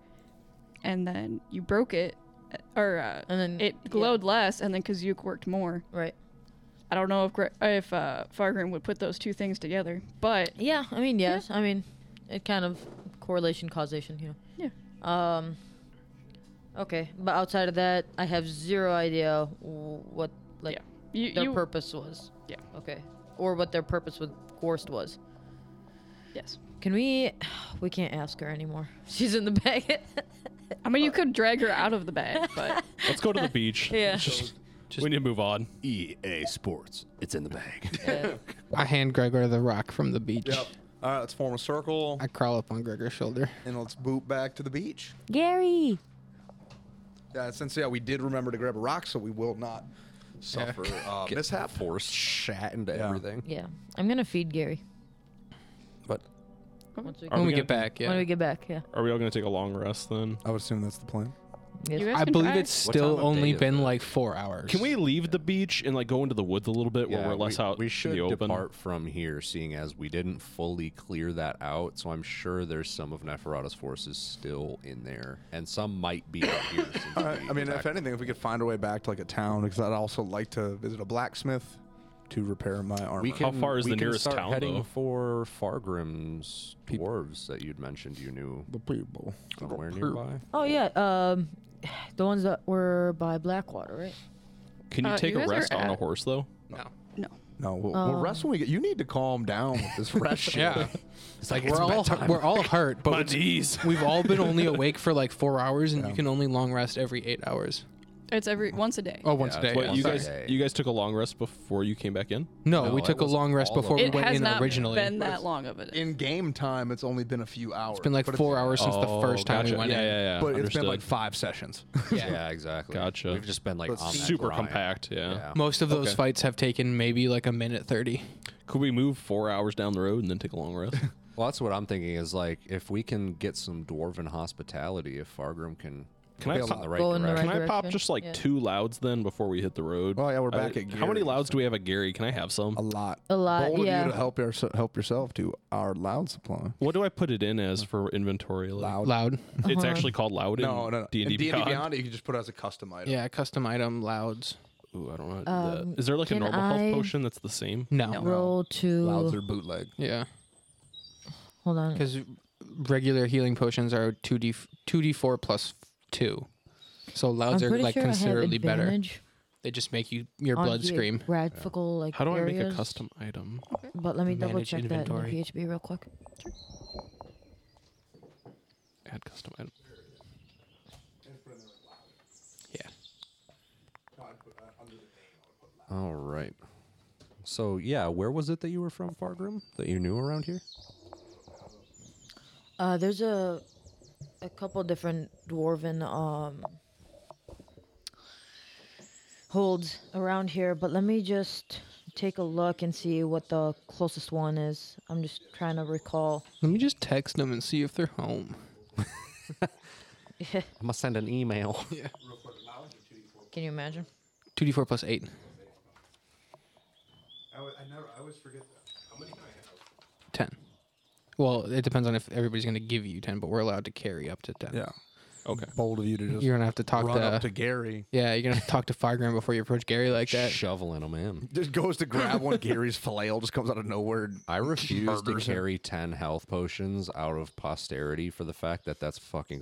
and then you broke it, uh, or uh, And then it yeah, glowed less, and then Kazook worked more. right. I don't know if Gre- if uh, Fargrim would put those two things together, but Yeah, I mean yes. I mean it kind of correlation causation, you know. yeah, Um. Okay, but outside of that, I have zero idea w- what like yeah, you, their you purpose was. Yeah. Okay. Or what their purpose with Gorst was. yes. Can we? We can't ask her anymore. She's in the bag. I mean, you could drag her out of the bag, but Let's go to the beach. Yeah. Just- we need to move on. EA E Sports. It's in the bag. Yeah. I hand Gregor the rock from the beach. Yep. All right, let's form a circle I crawl up on Gregor's shoulder. and let's boot back to the beach. Gary. Yeah, since yeah, we did remember to grab a rock, so we will not suffer uh, Get mishap. force shat into Yeah. everything. Yeah, I'm gonna feed Gary But once we, Are When we, we get gonna- back, when yeah. we get back. Yeah. Are we all going to take a long rest then? I would assume that's the plan. Yes. you guys I can believe try. it's What time still of only day is been it? like four hours. Can we leave the beach and like go into the woods a little bit where yeah, we're less we, out we in should the open? depart from here, seeing as we didn't fully clear that out. So I'm sure there's some of Neferata's forces still in there, and some might be out here. since All right. we I mean, if attacked. anything, if we could find our way back to like a town, because I'd also like to visit a blacksmith to repair my armor. we How can, far is we the can nearest start town, Heading though? for Fargrim's dwarves that you'd mentioned you knew the people. somewhere nearby. Oh yeah. Um, the ones that were by Blackwater, right? Can you Uh, take you a guys are rest on a at- horse though? No. no. No, we'll, we'll rest when we get. You need to calm down with this rest shit. Yeah. It's like we're all bedtime. we're all hurt, but jeez. we've all been only awake for like four hours, and you can only long rest every eight hours. It's every once a day. Oh, once Yeah, a day. it's What yeah. you Sorry. guys? You guys took a long rest before you came back in. No, No, we it took a wasn't long rest all of before we it. it went has in not originally. been that long of it. In game time, it's only been a few hours. it's been like but four hours since Oh, the first time gotcha. we went yeah, in. Yeah, yeah, But it's been Understood. like five sessions. Yeah. exactly. Gotcha. We've just been like But on that super grind. compact. Yeah. Yeah. Most of those Okay. fights have taken maybe like a minute thirty. Could we move four hours down the road and then take a long rest? Well, that's what I'm thinking is like if we can get some dwarven hospitality, if Fargrim can Can I bail pop- in the right Roll in the direction. Can I Direction, pop just like yeah. two louds then before we hit the road? Oh, yeah, we're back I- at How many Gary. louds do we have at Gary? Can I have some? a lot. A Uh, lot, Bold of yeah. you to help, your, help yourself to our loud supply. What do I put it in as for inventory? Like, Loud. Loud. It's Uh-huh. actually called loud in No, no, no. D&D, In D&D Beyond. Beyond, you can just put it as a custom item. Yeah, custom item louds. Ooh, I don't know. how to do that. Um, Is there like a can normal I- health potion that's the same? No. No. Roll Louds to. are Um, bootleg. Yeah, Hold on. because regular healing potions are two d two d four plus two. So I'm louds are pretty like sure considerably I have better. advantage They just make you your on blood the scream. Graphical, like How do I make a areas, custom item? But let me double manage check that in inventory? the PHB real quick. Add custom item. Yeah. All right. So yeah, where was it that you were from, Fargrim? That you knew around here? Uh, there's a a couple different dwarven um holds around here, but let me just take a look and see what the closest one is. I'm just trying to recall. Let me just text them and see if they're home. I'm gonna send an email. Can you imagine? Two d four plus eight. I, never, I always forget that. How many can I have? 10. Well, it depends on if everybody's going to give you 10, but we're allowed to carry up to 10. Yeah. Okay. Bold of you to just You're going to have to talk run to, up to Gary. Yeah, you're going to have to talk to Fargrim before you approach Gary like that. Shoveling them in. Just goes to grab one. Gary's flail just comes out of nowhere. I refuse to Murders him. carry ten health potions out of posterity for the fact that that's fucking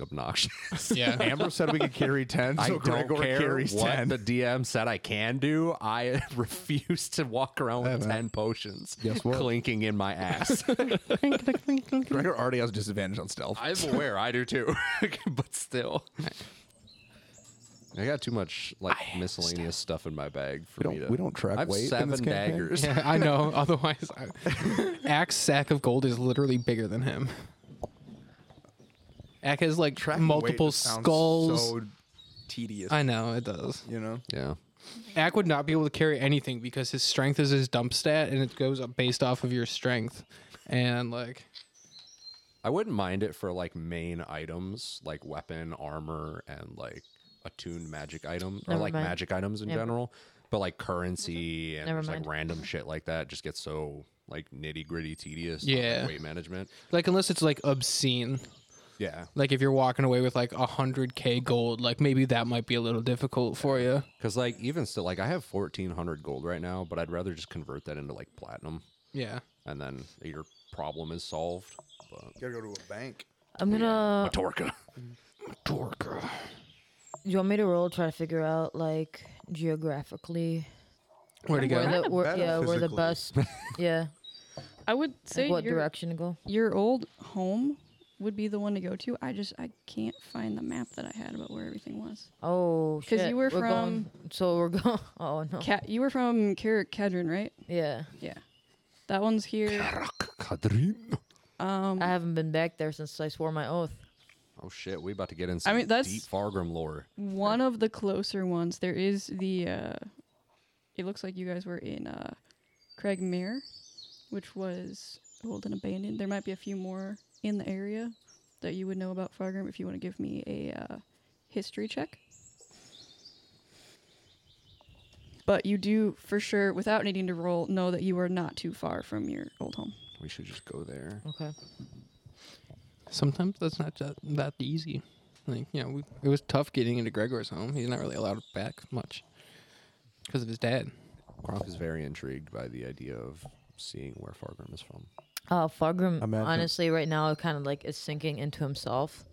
obnoxious. Yeah. Amber said we could carry 10, I so Gregor don't care carries what 10. the DM said I can do. I refuse to walk around with Yeah, man. ten potions Guess what? clinking in my ass. Gregor already has a disadvantage on stealth. I'm aware I do too, but still. I got too much like miscellaneous stuff in my bag for We me don't- to. we don't track I have weight in seven this campaign. daggers. yeah, I know. Otherwise, I, Ack's sack of gold is literally bigger than him. Ack has like Tracking multiple weight just sounds skulls. So tedious. I know, it does. you know? Yeah. Ack would not be able to carry anything because his strength is his dump stat and it goes up based off of your strength. And like, I wouldn't mind it for like main items like weapon, armor, and like attuned magic item or Never like mind. magic items in Never- general. But like currency and Never just, like mind. random shit like that just gets so like nitty gritty tedious. on, like, Yeah. weight management. like unless it's like obscene, Yeah. Like if you're walking away with like a hundred k gold, like maybe that might be a little difficult for you. Cause like even still, like I have 1400 gold right now, but I'd rather just convert that into like platinum Yeah. and then your problem is solved. But Gotta go to a bank. I'm gonna. Torka. Dorker. Do you want me to roll try to figure out like geographically Where to where go? the where, better yeah where the physically. best yeah I would say like what your, direction to go? your old home would be the one to go to. I just I can't find the map that I had about where everything was. Oh, 'Cause shit, you were we're going- so we're going. Oh no. Ca you were from Carrick Kedron, right? yeah, Yeah. That one's here. Um I haven't been back there since I swore my oath. Oh shit, we about to get in some mean, that's- deep Fargrim lore. one of the closer ones. There is the uh it looks like you guys were in uh Craigmere, which was old and abandoned. There might be a few more in the area that you would know about Fargrim if you want to give me a uh, history check. But you do for sure, without needing to roll, know that you are not too far from your old home. We should just go there. Okay. Sometimes that's not that, that easy. Like you know, we, it was tough getting into Gregor's home. He's not really allowed back much because of his dad. Gronk is very intrigued by the idea of seeing where Fargrim is from. Uh, Fargrim, Imagine- honestly, right now, kind of like is sinking into himself.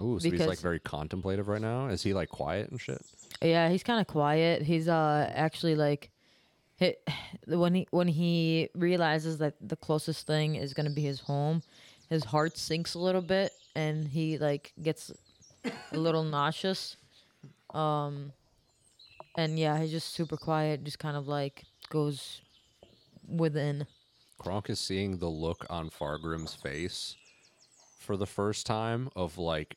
Oh, so he's like Because- very contemplative right now. Is he like quiet and shit? Yeah, he's kind of quiet. He's uh actually like, he, when he when he realizes that the closest thing is gonna be his home, his heart sinks a little bit, and he like gets a little nauseous. Um, And yeah, he's just super quiet, just kind of like goes within. Kronk is seeing the look on Fargrim's face for the first time of like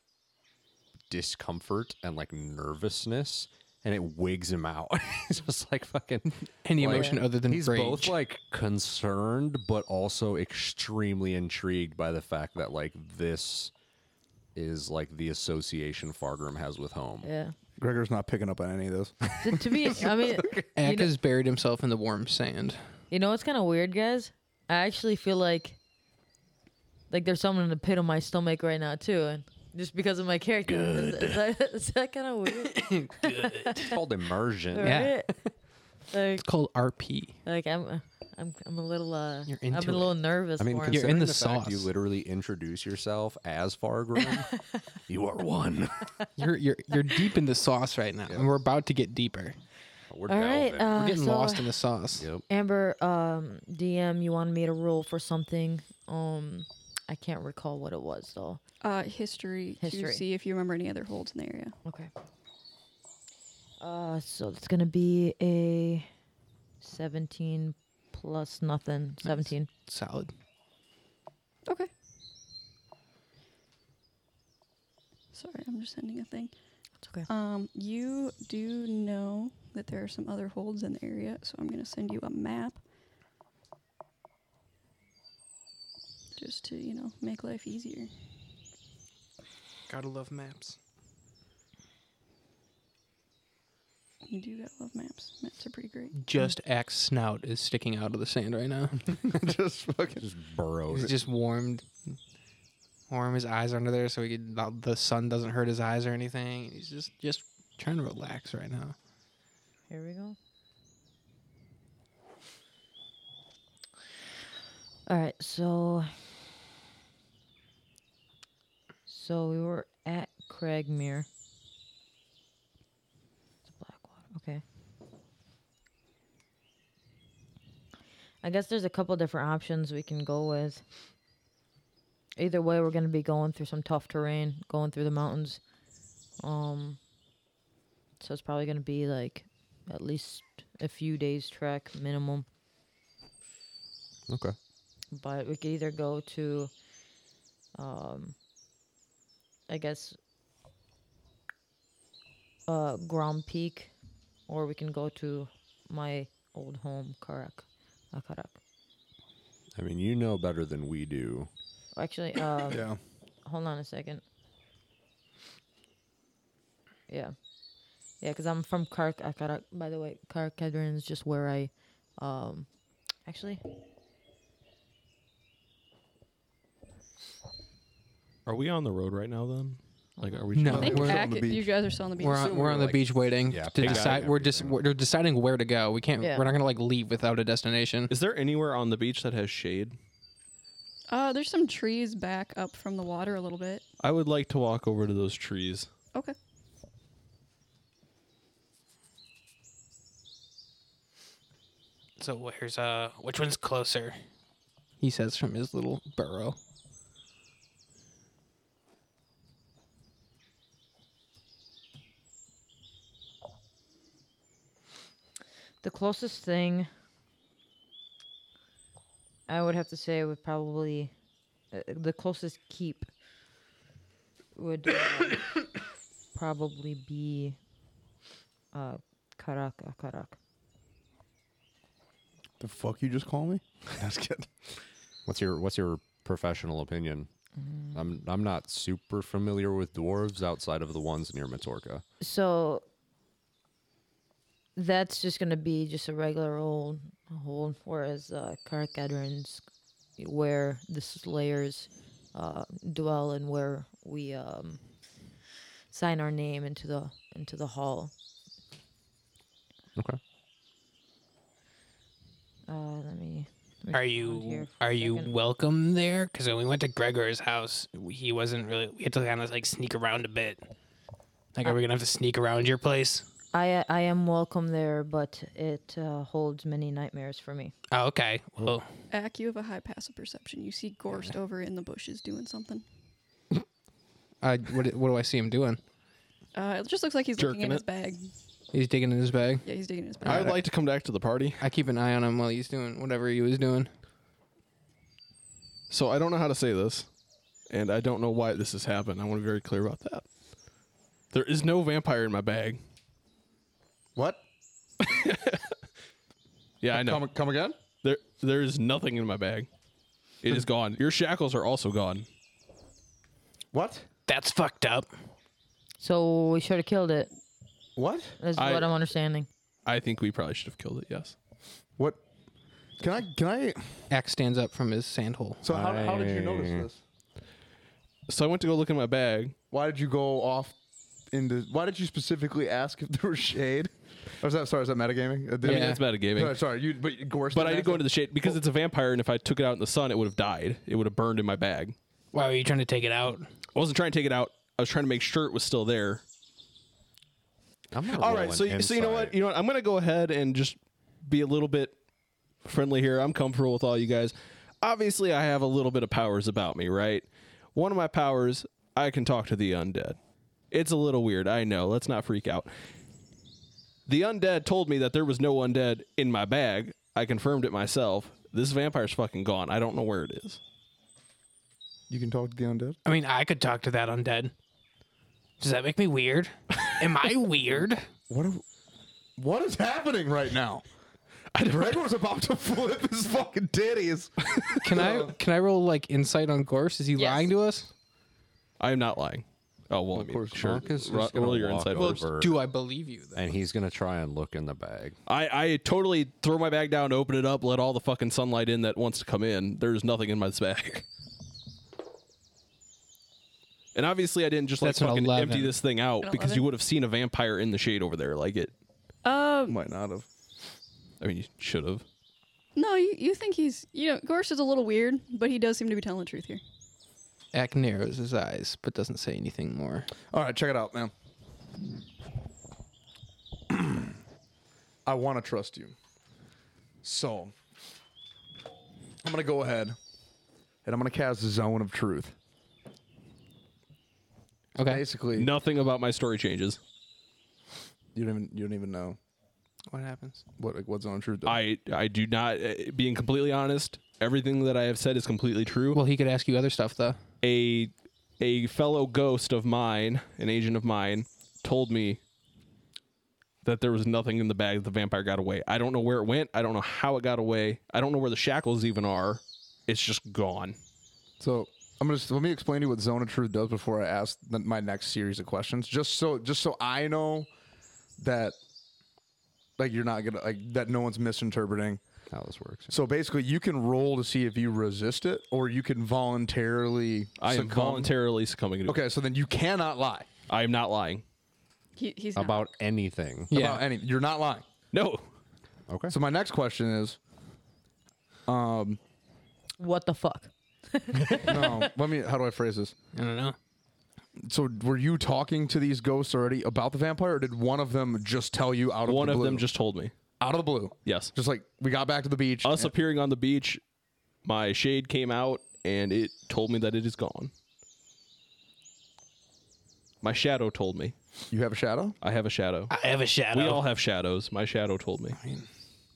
discomfort and like nervousness, and it wigs him out. He's just like fucking. Any like, emotion other than he's rage. both like concerned, but also extremely intrigued by the fact that like this is like the association Fargrim has with home. Yeah. Gregor's not picking up on any of this. To, to be, I mean, you know, Aka's buried himself in the warm sand. you know what's kind of weird, guys? I actually feel like, like there's something in the pit of my stomach right now too, and just because of my character. Is, is that, is that kind of weird? It's called immersion. Yeah. Right? Like, It's called RP. like I'm, I'm, I'm a little, uh, You're I'm a into little nervous. I mean, for him. You're considering in the fact you sauce. literally introduce yourself as Fargrim. you are one. You're you're you're deep in the sauce right now, and we're about to get deeper. We're All right, delving. uh, We're getting so lost in the sauce. Yep. Amber, um, DM, you wanted me to roll for something. Um, I can't recall what it was though. Uh, history, History. to see if you remember any other holds in the area. Okay. Uh, so it's gonna be a seventeen plus nothing. Seventeen. Solid. Okay. Sorry, I'm just sending a thing. It's okay. Um, you do know that there are some other holds in the area, so I'm gonna send you a map. Just to, you know, make life easier. Gotta love maps. You do gotta love maps. Maps are pretty great. Just Axe snout is sticking out of the sand right now. just fucking. Just burrows. He's just warmed, warm his eyes under there so he could not- the sun doesn't hurt his eyes or anything. He's just just trying to relax right now. Here we go. All right, so so we were at Craigmere. It's Blackwater. Okay. I guess there's a couple different options we can go with. Either way, we're going to be going through some tough terrain, going through the mountains. Um so it's probably going to be like at least a few days trek minimum. okay. But we could either go to, um, I guess, uh, Grom Peak, or we can go to my old home, Karak, uh, Karak. I mean, you know better than we do. Actually, um, Yeah. hold on a second. Yeah. Yeah, because I'm from Kark Akarak. By the way, Kark Kedrin is just where I. um Actually, Are we on the road right now then? Like, are we? No. I think we're on the Ak- you beach. guys are still on the beach. We're on, assume we're we're on the like- beach waiting Yeah, to picking decide. up We're just everything. we're, deciding where to go. We can't. Yeah. We're not gonna like leave without a destination. Is there anywhere on the beach that has shade? uh, there's some trees back up from the water a little bit. I would like to walk over to those trees. Okay. So where's uh which one's closer? He says from his little burrow. The closest thing I would have to say would probably uh, the closest keep would uh, probably be uh Karak Karak. The fuck you just call me? That's good. What's your What's your professional opinion? Mm. I'm I'm not super familiar with dwarves outside of the ones near Matorka. So that's just gonna be just a regular old hold, whereas uh, Karak Edrin's where the Slayers uh, dwell and where we um, sign our name into the into the hall. Okay. Uh, let me. let me Are look around here you for a are you second. welcome there? Because when we went to Gregor's house, he wasn't really. We had to kind of like sneak around a bit. Like, are we gonna have to sneak around your place? I I am welcome there, but it uh, holds many nightmares for me. Oh, okay. Well, Ack, you have a high passive perception. You see Gorst over in the bushes doing something. I what do- what do I see him doing? Uh, it just looks like he's looking Jerking in his it. bag. He's digging in his bag. Yeah, he's digging in his I bag. would like to come back to the party. I keep an eye on him while he's doing whatever he was doing. So I don't know how to say this, and I don't know why this has happened. I want to be very clear about that. There is no vampire in my bag. What? Yeah, I know. Come, come again? There, there is nothing in my bag. It is gone. Your shackles are also gone. What? That's fucked up. So we should have killed it. What? That's I- what I'm understanding. I think we probably should have killed it. Yes. What? Can I? Can I? Axe stands up from his sand hole. So how, how did you notice I- this? So I went to go look in my bag. Why did you go off into? Why did you specifically ask if there was shade? Or is that sorry? Is that metagaming? Uh, did- I mean, Yeah. that's metagaming. Sorry, sorry, you but you Gorse. But I did go into the shade because it's a vampire, and if I took it out in the sun, it would have died. It would have burned in my bag. Why were you trying to take it out? I wasn't trying to take it out. I was trying to make sure it was still there. I'm gonna All roll right. an So, you- so you know what? insight. You know what? I'm gonna go ahead and just be a little bit friendly here. I'm comfortable with all you guys. Obviously, I have a little bit of powers about me, right? One of my powers, I can talk to the undead. It's a little weird, I know. Let's not freak out. The undead told me that there was no undead in my bag. I confirmed it myself. This vampire's fucking gone. I don't know where it is. You can talk to the undead. I mean, I could talk to that undead. Does that make me weird? Am I weird? What? Are, what is happening right now? Gregor's about to flip his fucking titties. Can I can I roll like insight on Gorse? Is he Yes. lying to us? I am not lying. Oh well, I mean, course, sure. Marcus is Ro- gonna roll your walk inside over. first. Do I believe you? Though? And he's gonna try and look in the bag. I, I totally throw my bag down, open it up, let all the fucking sunlight in that wants to come in. There's nothing in my bag. And obviously, I didn't just like That's an fucking 11. empty this thing out An because 11? you would have seen a vampire in the shade over there. Like it, Um, Might not have. I mean, you should have. no, you, you think he's you know Gorse is a little weird, but he does seem to be telling the truth here. Ack narrows his eyes but doesn't say anything more. All right, check it out, man. I want to trust you. So, I'm going to go ahead and I'm going to cast Zone of Truth. Okay. Basically, Nothing about my story changes. you don't even you don't even know What happens? what like, what Zone of Truth does. I I do not. uh, Being completely honest, everything that I have said is completely true. Well, he could ask you other stuff though. a a fellow ghost of mine, an agent of mine, told me that there was nothing in the bag that the vampire got away. I don't know where it went. I don't know how it got away. I don't know where the shackles even are. It's just gone. so, I'm going to let me explain to you what Zone of Truth does before I ask the, my next series of questions. Just so just so I know that like you're not going to like that no one's misinterpreting. How this works? So basically, you can roll to see if you resist it, or you can voluntarily. I am succumb. voluntarily succumbing to it. Okay, so then you cannot lie I am not lying. He, he's not. About anything. Yeah. about anything. You're not lying. No. Okay. So my next question is, What the fuck? no, let me. How do I phrase this? I don't know. So were you talking to these ghosts already about the vampire, or did one of them just tell you out of One the of blue? them just told me. out of the blue? Yes. Just like we got back to the beach. Us appearing on the beach, my shade came out and it told me that it is gone. My shadow told me. You have a shadow. I have a shadow. I have a shadow. We all have shadows. My shadow told me.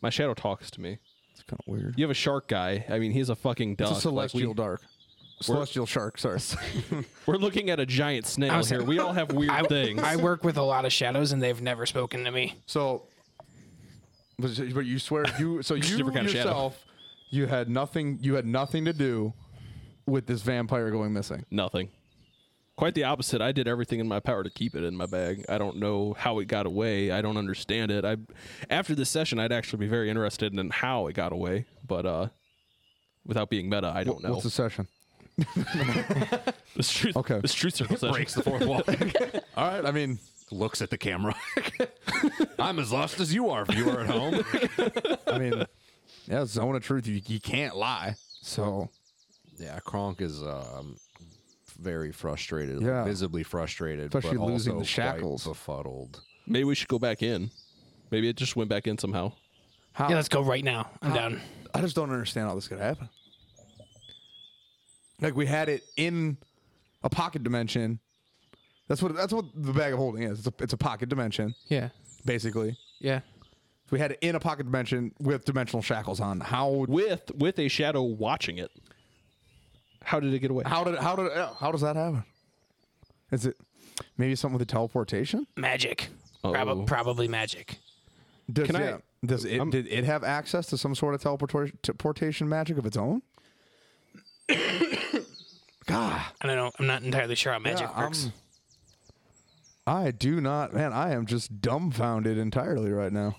My shadow talks to me. It's kind of weird. You have a shark guy. I mean, he's a fucking duck. It's a Like, we- celestial dark. Celestial shark. Sorry. we're looking at a giant snail I here. was like- we all have weird I, things. I work with a lot of shadows and they've never spoken to me. So, but, but you swear you so you different kind of shadow. yourself you had nothing you had nothing to do with this vampire going missing. Nothing. Quite the opposite. I did everything in my power to keep it in my bag. I don't know how it got away. I don't understand it. I after this session, I'd actually be very interested in how it got away, but uh without being meta, I don't know. What's the session? This truth, Okay. this truth circle session. the fourth wall. All right, I mean, Looks at the camera. I'm as lost as you are. If you are at home. I mean, yeah, zone of truth. You, you can't lie. So Yeah, Kronk is um, very frustrated, like, Yeah. visibly frustrated, Especially but losing also the shackles. quite befuddled. Maybe we should go back in. Maybe it just went back in somehow. how Yeah, let's go right now. I'm down. I just don't understand how this could happen. Like we had it in a pocket dimension. That's what that's what the bag of holding is. It's a, it's a pocket dimension. Yeah. basically. Yeah. We had it in a pocket dimension with dimensional shackles on. How with with a shadow watching it. How did it get away? how did how did uh, how does that happen? Is it maybe something with the teleportation? Magic. Uh-oh. Prob- probably magic. Does, Can I- yeah, does it did it have access to some sort of teleportation teleportation magic of its own? God, I don't know. I'm not entirely sure how magic yeah, works. I'm- I do not, man. I am just dumbfounded entirely right now.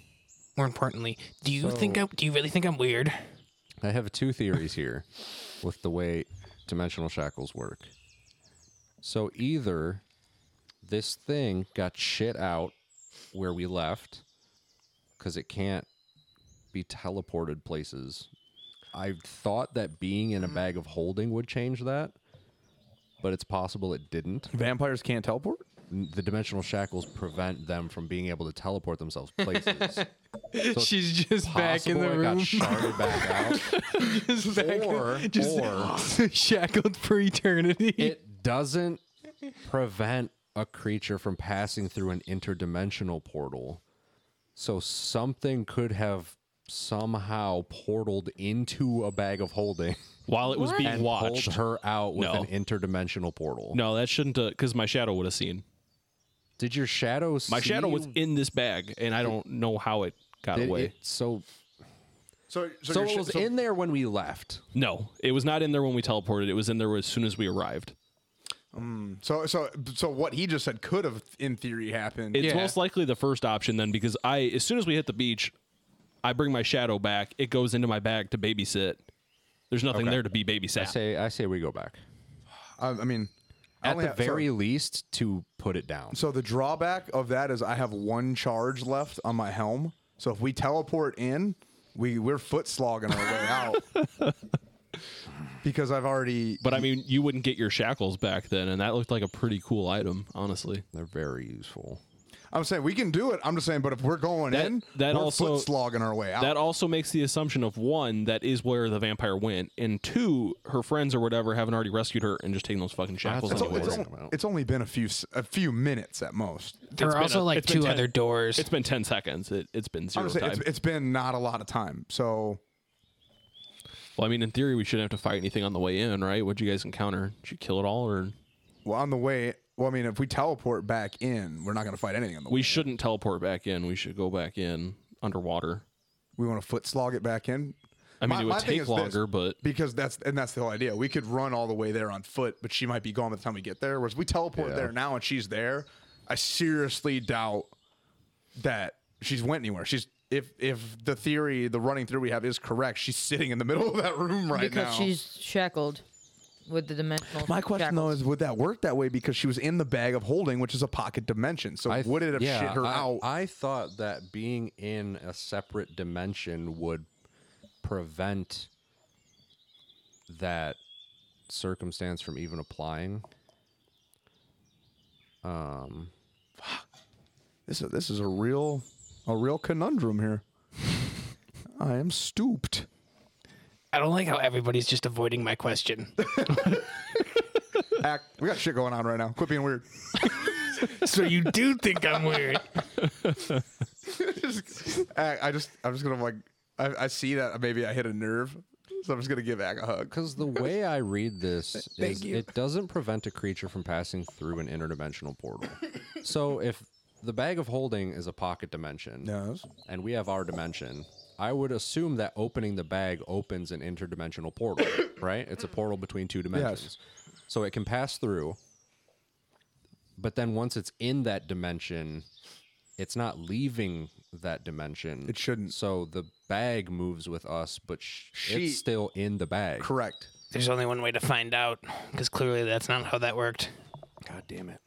More importantly, do you think I, do you really think I'm weird? I have two theories here with the way dimensional shackles work. So either this thing got shit out where we left because it can't be teleported places. I thought that being in a bag of holding would change that, but it's possible it didn't. Vampires can't teleport. N- The dimensional shackles prevent them from being able to teleport themselves places. So it's She's just possible it got sharded back out. or, or shackled for eternity. it doesn't prevent a creature from passing through an interdimensional portal. So something could have somehow portaled into a bag of holding While it was being and watched. pulled her out with No. an interdimensional portal. No, that shouldn't because my shadow would have seen. Did your shadow My see shadow was in this bag, and I don't know how it got did away. it- so So, so, it was in there when we left. no, it was not in there when we teleported. It was in there as soon as we arrived. so, so, so, what he just said could have, in theory, happened. It's Yeah. most likely the first option then because I as soon as we hit the beach, I bring my shadow back. It goes into my bag to babysit. There's nothing there to be babysat. I say I say we go back. I, I mean, I At only the have- so- very least to put it down. So the drawback of that is I have one charge left on my helm. So if we teleport in, we we're foot slogging our way out. because I've already but I mean, you wouldn't get your shackles back then, and that looked like a pretty cool item, honestly. They're very useful. I'm saying we can do it. I'm just saying, but if we're going That- in, that we're also- foot slogging our way out. That also makes the assumption of one, that is where the vampire went, and two, her friends or whatever haven't already rescued her and just taken those fucking shackles That's it's, all- o- anyway. it's, anyways. o- it's only been a few s- a few minutes at most. there It's are been also a- like it's been two 10 other doors. It's been ten seconds. It, it's been I'm zero just saying, time. it's, it's been not a lot of time. So well, I mean, in theory, we shouldn't have to fight anything on the way in, right? What'd you guys encounter? Did you kill it all, or well, on the way, well, I mean, if we teleport back in, we're not going to fight anything on the we way. shouldn't teleport back in? We should go back in underwater. We want to foot slog it back in. I mean, My- it my would thing take is this. longer, but because that's and that's the whole idea. We could run all the way there on foot, but she might be gone by the time we get there. Whereas we teleport Yeah. there now and she's there, I seriously doubt that she's went anywhere. She's if if the theory, the running through we have is correct, she's sitting in the middle of that room right because now. she's shackled with the dimensional. my question shackles. though is, would that work that way? Because she was in the bag of holding, which is a pocket dimension. So I th- would it have yeah, shit her I, out? I thought that being in a separate dimension would prevent that circumstance from even applying. Um, this is this is a real a real conundrum here. I am stooped. I don't like how everybody's just avoiding my question. Act, we got shit going on right now. Quit being weird. so you do think I'm weird? just, I, I just, I'm just gonna like, I, I see that maybe I hit a nerve, so I'm just gonna give Ak a hug. because the way I read this Thank is you. it doesn't prevent a creature from passing through an interdimensional portal. so if the bag of holding is a pocket dimension, Yes. and we have our dimension, I would assume that opening the bag opens an interdimensional portal, right? It's a portal between two dimensions. So it can pass through. But then once it's in that dimension, it's not leaving that dimension. It shouldn't. So the bag moves with us, but sh- She- it's still in the bag. Correct. There's only one way to find out, because clearly that's not how that worked. God damn it.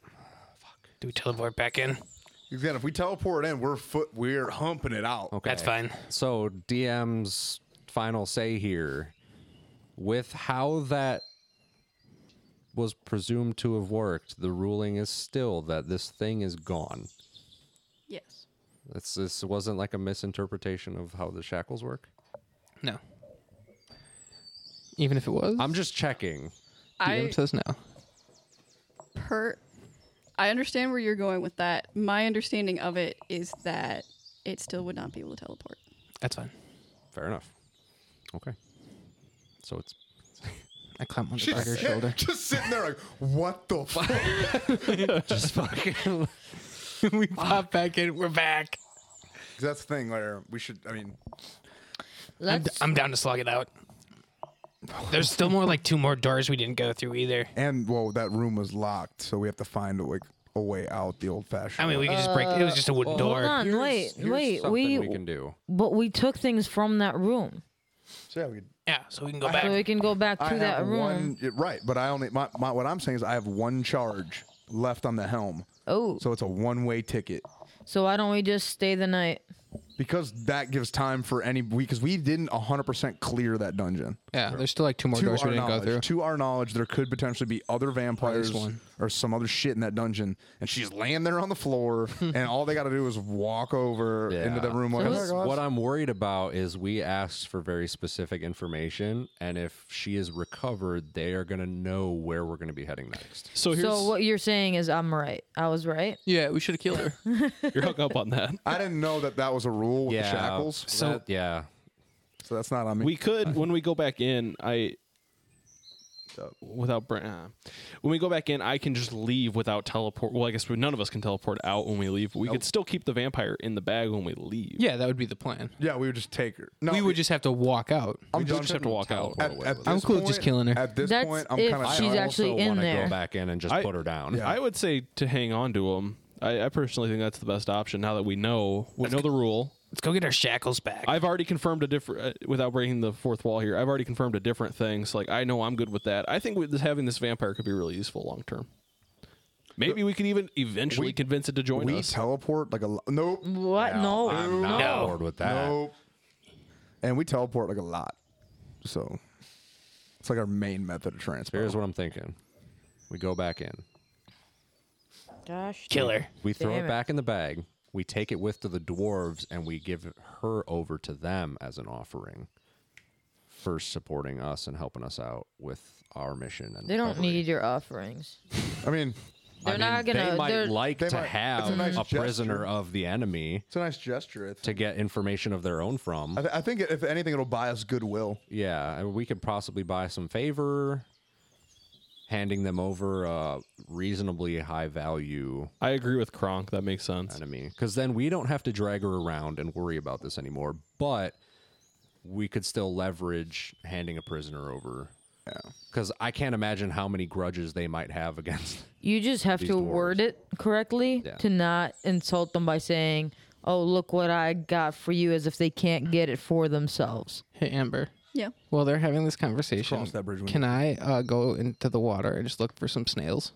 Do we teleport back in? Again, if we teleport in, we're foot, we're humping it out. Okay. That's fine. So DM's final say here with how that was presumed to have worked, the ruling is still that this thing is gone. Yes. It's, this wasn't like a misinterpretation of how the shackles work. No. Even if it was, I'm just checking. I says no. per I understand where you're going with that. My understanding of it is that it still would not be able to teleport. That's fine. Fair enough. Okay. So it's I climb on the her shoulder. Just sitting there like, what the fuck? just fucking. we pop back in. We're back. 'Cause That's the thing where we should. I mean, I'm, d- Let's. I'm down to slog it out. There's still more like two more doors we didn't go through either. and well, that room was locked, so we have to find like a way out the old-fashioned. I mean, way. we could just break. It was just a Hold wooden door. on, wait, Here's wait. something We, we can do. but we took things from that room, so yeah, we could. Yeah, so we can go so we back. can go back to I that have room. one yeah, right, but I only my, my what I'm saying is I have one charge left on the helm, Oh, so, so it's a one-way ticket why don't we just stay the night? because that gives time for any because we didn't 100% clear that dungeon. Yeah, there's still like two more to doors our we didn't go knowledge, through. to our knowledge, there could potentially be other vampires one. or some other shit in that dungeon, and she's laying there on the floor, and all they got to do is walk over into the Yeah. room. Like, it's- "Oh my God." What I'm worried about is we asked for very specific information, and if she is recovered, they are gonna know where we're gonna be heading next. So here's So what you're saying is I'm right. I was right. Yeah, we should have killed her. you're hung up on that. I didn't know that that was a rule with the shackles, So- that- yeah, so that's not on me. We could when we go back in. I without Bra- uh, when we go back in, I can just leave without teleport. Well, I guess we, none of us can teleport out when we leave. but We could still keep the vampire in the bag when we leave. Yeah, that would be the plan. yeah, we would just take her. No, we would just have to walk out. I'm we done. just have to walk out. At, at I'm this cool point- just killing her. At this That's point, I'm if kind of she's I actually also in wanna there. Go back in and just I- put her down. Yeah. I would say to hang on to him. I, I personally think that's the best option. Now that we know we know the rule, Let's go get our shackles back. I've already confirmed a different uh, without breaking the fourth wall here. I've already confirmed a different thing. So like I know I'm good with that. I think with this, having this vampire could be really useful long term. Maybe we could even eventually We- convince it to join we us. teleport like a lo- nope, What? No. Oh I'm not No. on board with that. nope, and we teleport like a lot. So it's like our main method of transport. Here's what I'm thinking: we go back in, Gosh. Kill her. we throw Damn it it. back in the bag, we take it with to the dwarves, and we give her over to them as an offering. for supporting us and helping us out with our mission, and They don't recovery. need your offerings. I mean, They're not gonna. They might they're, like they to might- it's a have a, nice prisoner gesture. of the enemy it's a nice gesture. It's to get information of their own I, from. th- I think if anything, it'll buy us goodwill. Yeah, and we could possibly buy some favor, handing them over a reasonably high value I agree with Kronk. That makes sense. enemy, because then we don't have to drag her around and worry about this anymore. But we could still leverage handing a prisoner over. Because I can't imagine how many grudges they might have against. you just have to dwarves. word it correctly Yeah. to not insult them by saying, "Oh, look what I got for you," as if they can't get it for themselves. Hey Amber. Yeah. While they're having this conversation, cross that bridge when can I uh, go into the water and just look for some snails?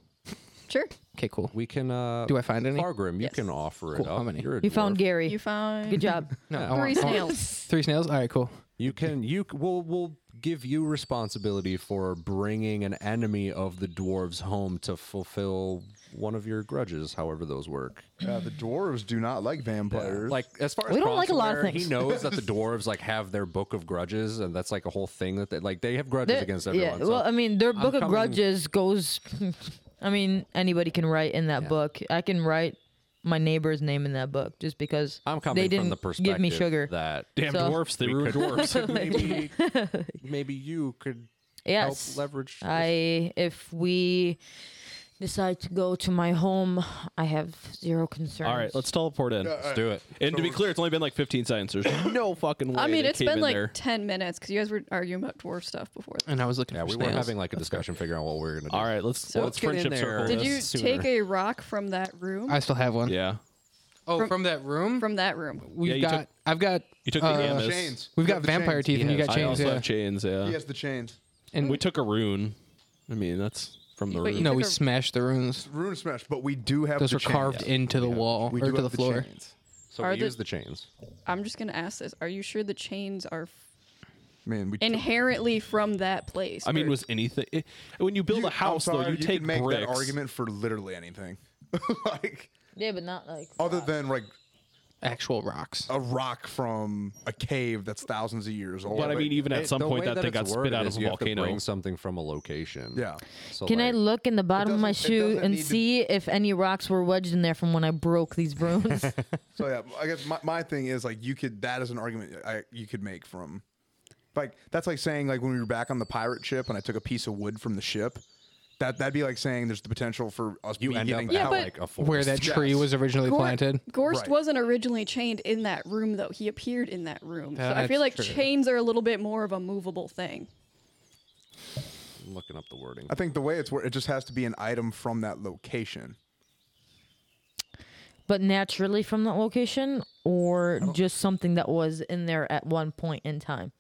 Sure. Okay, cool. We can. Uh, Do I find any? Fargrim, you can offer it Cool, how up. many? You're a You found dwarf. Gary. You found Good job. No, I three want- I want- snails. Three snails. All right, cool. You can you c- we'll we'll give you responsibility for bringing an enemy of the dwarves home to fulfill one of your grudges, however those work. Uh, the dwarves do not like vampires. Like as far as We don't like a lot of Crossfire, He things. knows that the dwarves like have their book of grudges, and that's like a whole thing that they like. They have grudges They're- against everyone. Yeah, so- well, I mean, their book of coming- grudges goes. I mean, anybody can write in that book. I can write my neighbor's name in that book just because I'm coming they didn't from the perspective give me sugar. that Damn So- dwarfs! They we ruined could- dwarfs. maybe maybe you could yes, help leverage. this. I if we decide to go to my home, I have zero concerns. All right, let's teleport in. Let's do it. And to be clear, it's only been like 15 seconds. There's no fucking way. I mean, they it's came been in like there. 10 minutes because you guys were arguing about dwarf stuff before. that. And I was looking Yeah, for we were snails. having like a discussion figuring out what we were gonna do. All right, let's let's get in friendship there. circle. Did Did this. you sooner. take a rock from that room? I still have one. Yeah, Oh, from, that room. from that room. we've Yeah, you got. took- I've got. you took the uh, Yamas. chains. We've You got have the vampire chains. teeth, and you got I chains. also Yeah. have chains. Yeah, He has the chains. and we took a rune. I mean, that's from the Wait, rune. no, we took a- smashed the runes. Rune smash, but we do have Those the were chains. carved into the wall We or do to the have floor. chains. So Are we the- use the chains. I'm just gonna ask this: Are you sure the chains are f- Man, we inherently from that place? I mean, or- was anything it, when you build You- a house I'm though? sorry, You, take can make bricks. that argument for literally anything. like Yeah, but not like other than like actual rocks. a rock from a cave that's thousands of years old. But I mean, even at It- some the point, way that thing it's got spit worded out is of a you have to volcano. Bring something from a location. yeah. So Can I like, look in the bottom of my doesn't- it shoe doesn't and need to- see if any rocks were wedged in there from when I broke these brooms? So yeah, I guess my, my thing is like you could that is an argument I, you could make from like that's like saying like when we were back on the pirate ship and I took a piece of wood from the ship. That that'd be like saying there's the potential for us you end up getting Yeah, at but- like a forest. Where that Yes. tree was originally Gor- planted. Gorst Right. wasn't originally chained in that room, though. He appeared in that room. so I That's feel like true. chains are a little bit more of a movable thing. I'm looking up the wording. I think the way it's where it just has to be an item from that location. but naturally from that location, or just something that was in there at one point in time?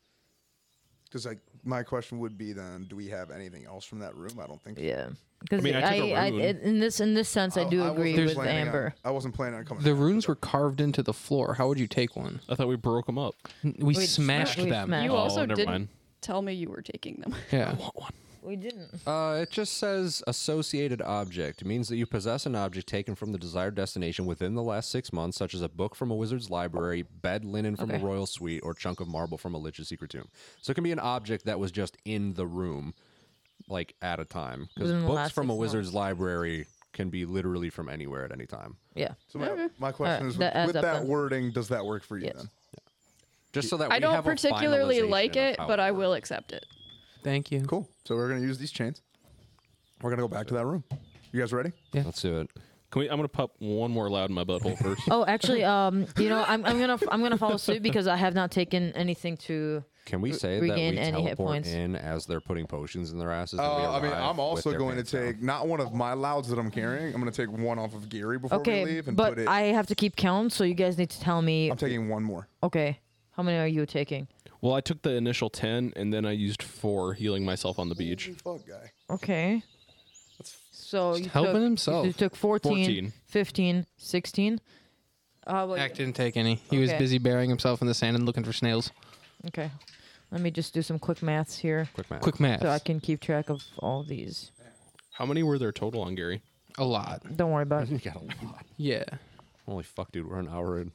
Because like my question would be then, do we have anything else from that room? I don't think. so. Yeah, because I mean, I took a rune. in this in this sense, I, do Oh, wasn't agree with planning on- Amber. I wasn't planning on coming. The back. runes were carved into the floor. How would you take one? I thought we broke them up. We We'd smashed smash- we'd them. smash. You Oh, also never didn't mind. tell me you were taking them. Yeah. We didn't. Uh, it just says associated object. It means that you possess an object taken from the desired destination within the last six months, such as a book from a wizard's library, bed linen from Okay. a royal suite, or chunk of marble from a lich's secret tomb. So it can be an object that was just in the room, like at a time. Because Within the books last from a six wizard's library can be literally from anywhere at any time. Yeah. So my, my question Alright, is, that with, adds with up that then. wording, does that work for you uh, Yes. then? Just so that I we don't have a particularly like finalization of it, how but I works. will accept it. Thank you. Cool. So we're gonna use these chains. We're gonna go back to that room. You guys ready? Let's do it. Can we? I'm gonna pop one more loud in my butthole first. Oh, actually, um, you know, I'm, I'm gonna I'm gonna follow suit because I have not taken anything to. Can we say that regain we any hit teleport points. in as they're putting potions in their asses? and we Uh, I mean, arrive I'm with also their going to pants down? take not one of my louds that I'm carrying. I'm going to take one off of Gary before Okay, we leave and put but it. I have to keep count, so you guys need to tell me. I'm taking one more. Okay, how many are you taking? Well, I took the initial ten, and then I used four, healing myself on the beach. Fuck guy. Okay. So you helping took, himself. You took 14, 14. 15, 16. Uh, well, Act didn't take any. He was Okay. busy burying himself in the sand and looking for snails. okay. Let me just do some quick maths here quick math. Quick math. so I can keep track of all these. How many were there total on Gary? a lot. Don't worry about We it. got a lot. Yeah. Holy fuck, dude, we're an hour in.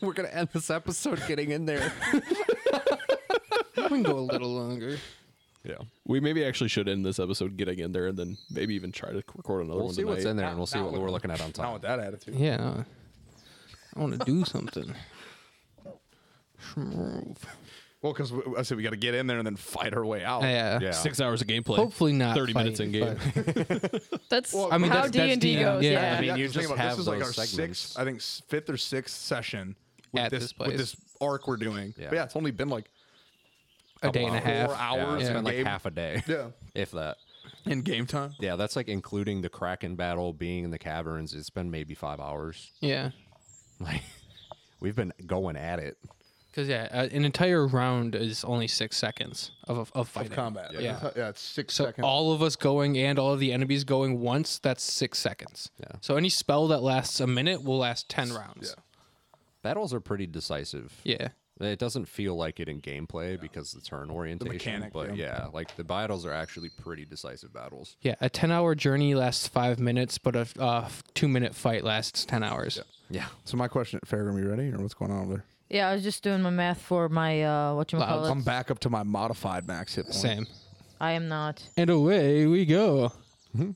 we're gonna end this episode getting in there. we can go a little longer. yeah, We maybe actually should end this episode getting in there, and then maybe even try to record another we'll one see tonight. what's in there, and we'll see Not what with- we're looking at on Not with top. that attitude. Yeah. no. I want to do something. Shmove. Well, because I said we got to get in there and then fight our way out. Yeah. Yeah. Six hours of gameplay. Hopefully not. Thirty minutes fight, in game. but- That's Well, I I mean, mean, how that's- that's D and D D&D, goes. yeah. Yeah, I mean, Yeah, you just think just about it. have this is like those our segments. sixth, I think, s- fifth or sixth session with At this, this with place. this arc we're doing. Yeah. But yeah, it's only been like a day and a four half. hours. it's Yeah. been like game- half a day. Yeah. if that. in game time. Yeah, that's like including the Kraken battle, being in the caverns. It's been maybe five hours. Yeah. Like we've been going at it. Because yeah, uh, an entire round is only six seconds of of fighting. Of combat. Like, Yeah. it's- yeah, it's six So seconds. all of us going and all of the enemies going once, that's six seconds. Yeah. So any spell that lasts a minute will last ten rounds. Battles are pretty decisive. Yeah. It doesn't feel like it in gameplay because the turn orientation, mechanic, but yeah. yeah, like the battles are actually pretty decisive battles. Yeah, a 10 hour journey lasts five minutes, but a uh, two minute fight lasts 10 hours. Yeah. So my question, Farragum, you ready, or what's going on over there? Yeah, I was just doing my math for my uh, what you call I'm it. back up to my modified max hit point. Same. I am not. And away we go. All right,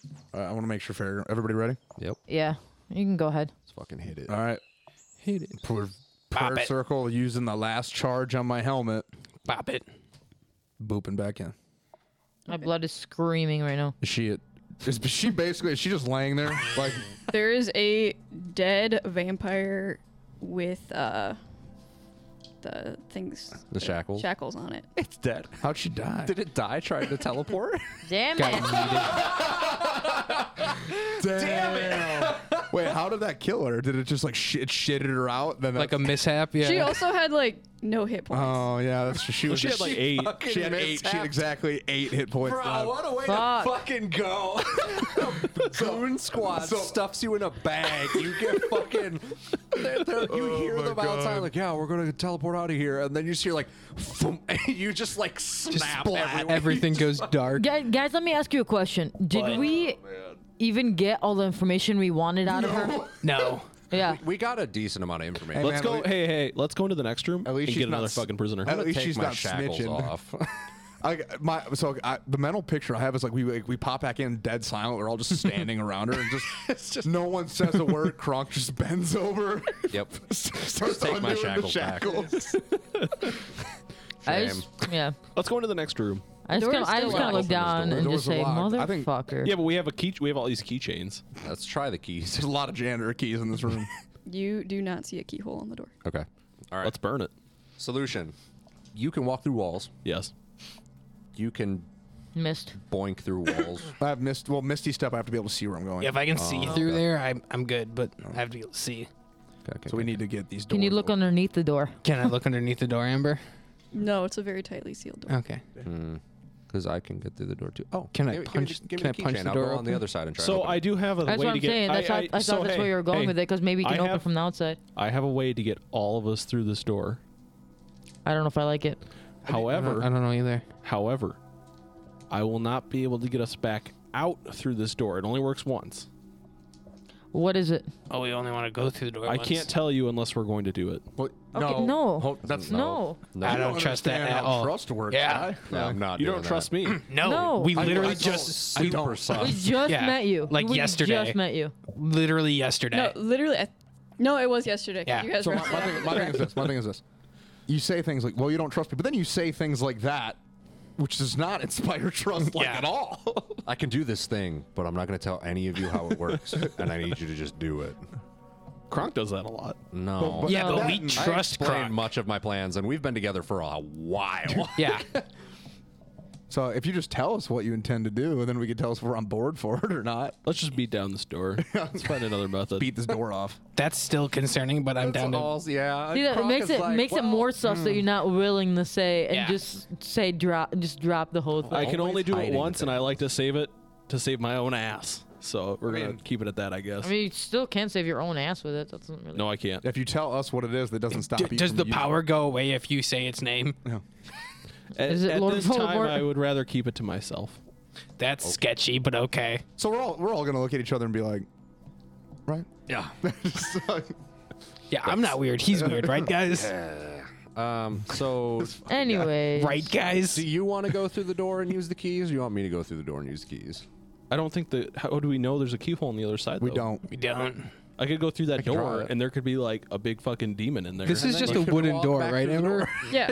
I want to make sure Farragum. Everybody ready? Yep. Yeah, you can go ahead. Let's fucking hit it. All right. Hit it. Prayer, prayer it. circle using the last charge on my helmet. Bop it. Booping back in. My blood is screaming right now. Is she? At, is she basically? Is she just laying there? Like There is a dead vampire with uh the things The shackles? shackles on it. It's dead. how'd she die? Did it die trying to teleport? Damn Got it! yeeted. Damn, it! Wait, how did that kill her? Did it just like shit shitted her out? Then like a that- mishap. Yeah. She also had like no hit points. Oh yeah, that's she was. She had just- like eight. She had eight. She had exactly eight hit points. left. a way Fuck. fucking go. Goon squad so- stuffs you in a bag. You get fucking. they're- they're- you Oh hear my them outside, God. like, yeah, we're going to teleport out of here. And then you just hear, like, thump, and you just, like, snap Splat. everywhere. Everything goes dark. Guys, guys, let me ask you a Oh, question. Did we even get all the information we wanted out of her? No. Yeah. We got a decent amount of information. Hey, let's man, go. at lea- hey, hey, let's go into the next room At least and she's get not another s- fucking prisoner. at I'm gonna least take she's my not shackles snitching. off. I, my so I, the mental picture I have is like we like, we pop back in dead silent. We're all just standing around her and just, no one says a word. Kronk just bends over. yep. starts take my undoing the shackles back. shackles. I Shame. just, yeah. Let's go into the next room. I just Door's gonna, I still just gonna locked. look down The and door's just say, locked. I think- motherfucker. Yeah, but we have a key. We have all these keychains. Let's try the keys. There's a lot of janitor keys in this room. You do not see a keyhole on the door. Okay. All right. Let's burn it. Solution. You can walk through walls. Yes. You can Missed. boink through walls. I have missed well misty step. I have to be able to see where I'm going. If I can see through there, I'm I'm good. But I have to be able to see. so we need to get these. Doors Can you look open. underneath the door? Can I look underneath the door, Amber? No, it's a very tightly sealed door. Okay. Because I can get through the door too. Oh, Can I give me- punch- Give me, the- give can me the I punch keychain. the I'll go door on the open? other side and try. to So open I it. do have a That's way what to I'm get. saying. That's I, how, I- I thought so, that's where hey, you were going hey, with it because maybe you I can open have- from the outside. I have a way to get all of us through this door. I don't know if I like it. I don't, I However, don't know either. however, I will not be able to get us back out through this door. It only works once. What is it? Oh, we only want to go through the door. I once. can't tell you unless we're going to do it. Well, Okay, no, no. Hold- that's No. Oh, No, I don't trust that understand how at all. Trust works. Yeah. guy. no, I'm not. You doing don't trust that. me. No, No. Oh, we I- literally I don't- just I we don't. We soft. just Yeah, met you. like we yesterday. just met you. literally yesterday. No, Oh, literally. I, no, it was yesterday. Yeah. You guys So were my, my, thing, my thing is this. My thing is this. You say things like, "Well, you don't trust me," but then you say things like that, which does not inspire trust like Yeah. at all. I can do this thing, but I'm not going to tell any of you how it works, and I need you to just do it. Kronk does that a lot. No. but- yeah, No, but that- we I I trust explained Kronk. much of my plans, and we've been together for a while. Yeah, So if you just tell us what you intend to do, and then we can tell us if we're on board for it or not. Let's just beat down this door. Let's find another method. Beat this door off. that's still concerning, but I'm down to. yeah. See, that- it makes it makes it more sus that you're not willing to say and Yeah. just say drop just drop the whole I thing. can Always only do it hiding once, and I like to save it to save my own ass. So we're gonna mean- keep it at that, I guess. I mean, you still can save your own ass with it. That doesn't really. no, I can't. If you tell us what it is, that doesn't stop D- you. does from the using- power go away if you say its name? At, Is it at Lord this Voldemort? time, I would rather keep it to myself. That's sketchy, but okay. So we're all we're all gonna look at each other and be like, right? Yeah. Just like- Yeah, I'm not weird. He's weird, right, guys? Um. So, Anyway, Right, guys? do you want to go through the door and use the keys, or you want me to go through the door and use the keys? I don't think that. How do we know there's a keyhole on the other side? we though? don't. We don't. I could go through that could draw door, it. and there could be like a big fucking demon in there. This is then just you a can wooden walk door, back right, through the Amber? door. yeah.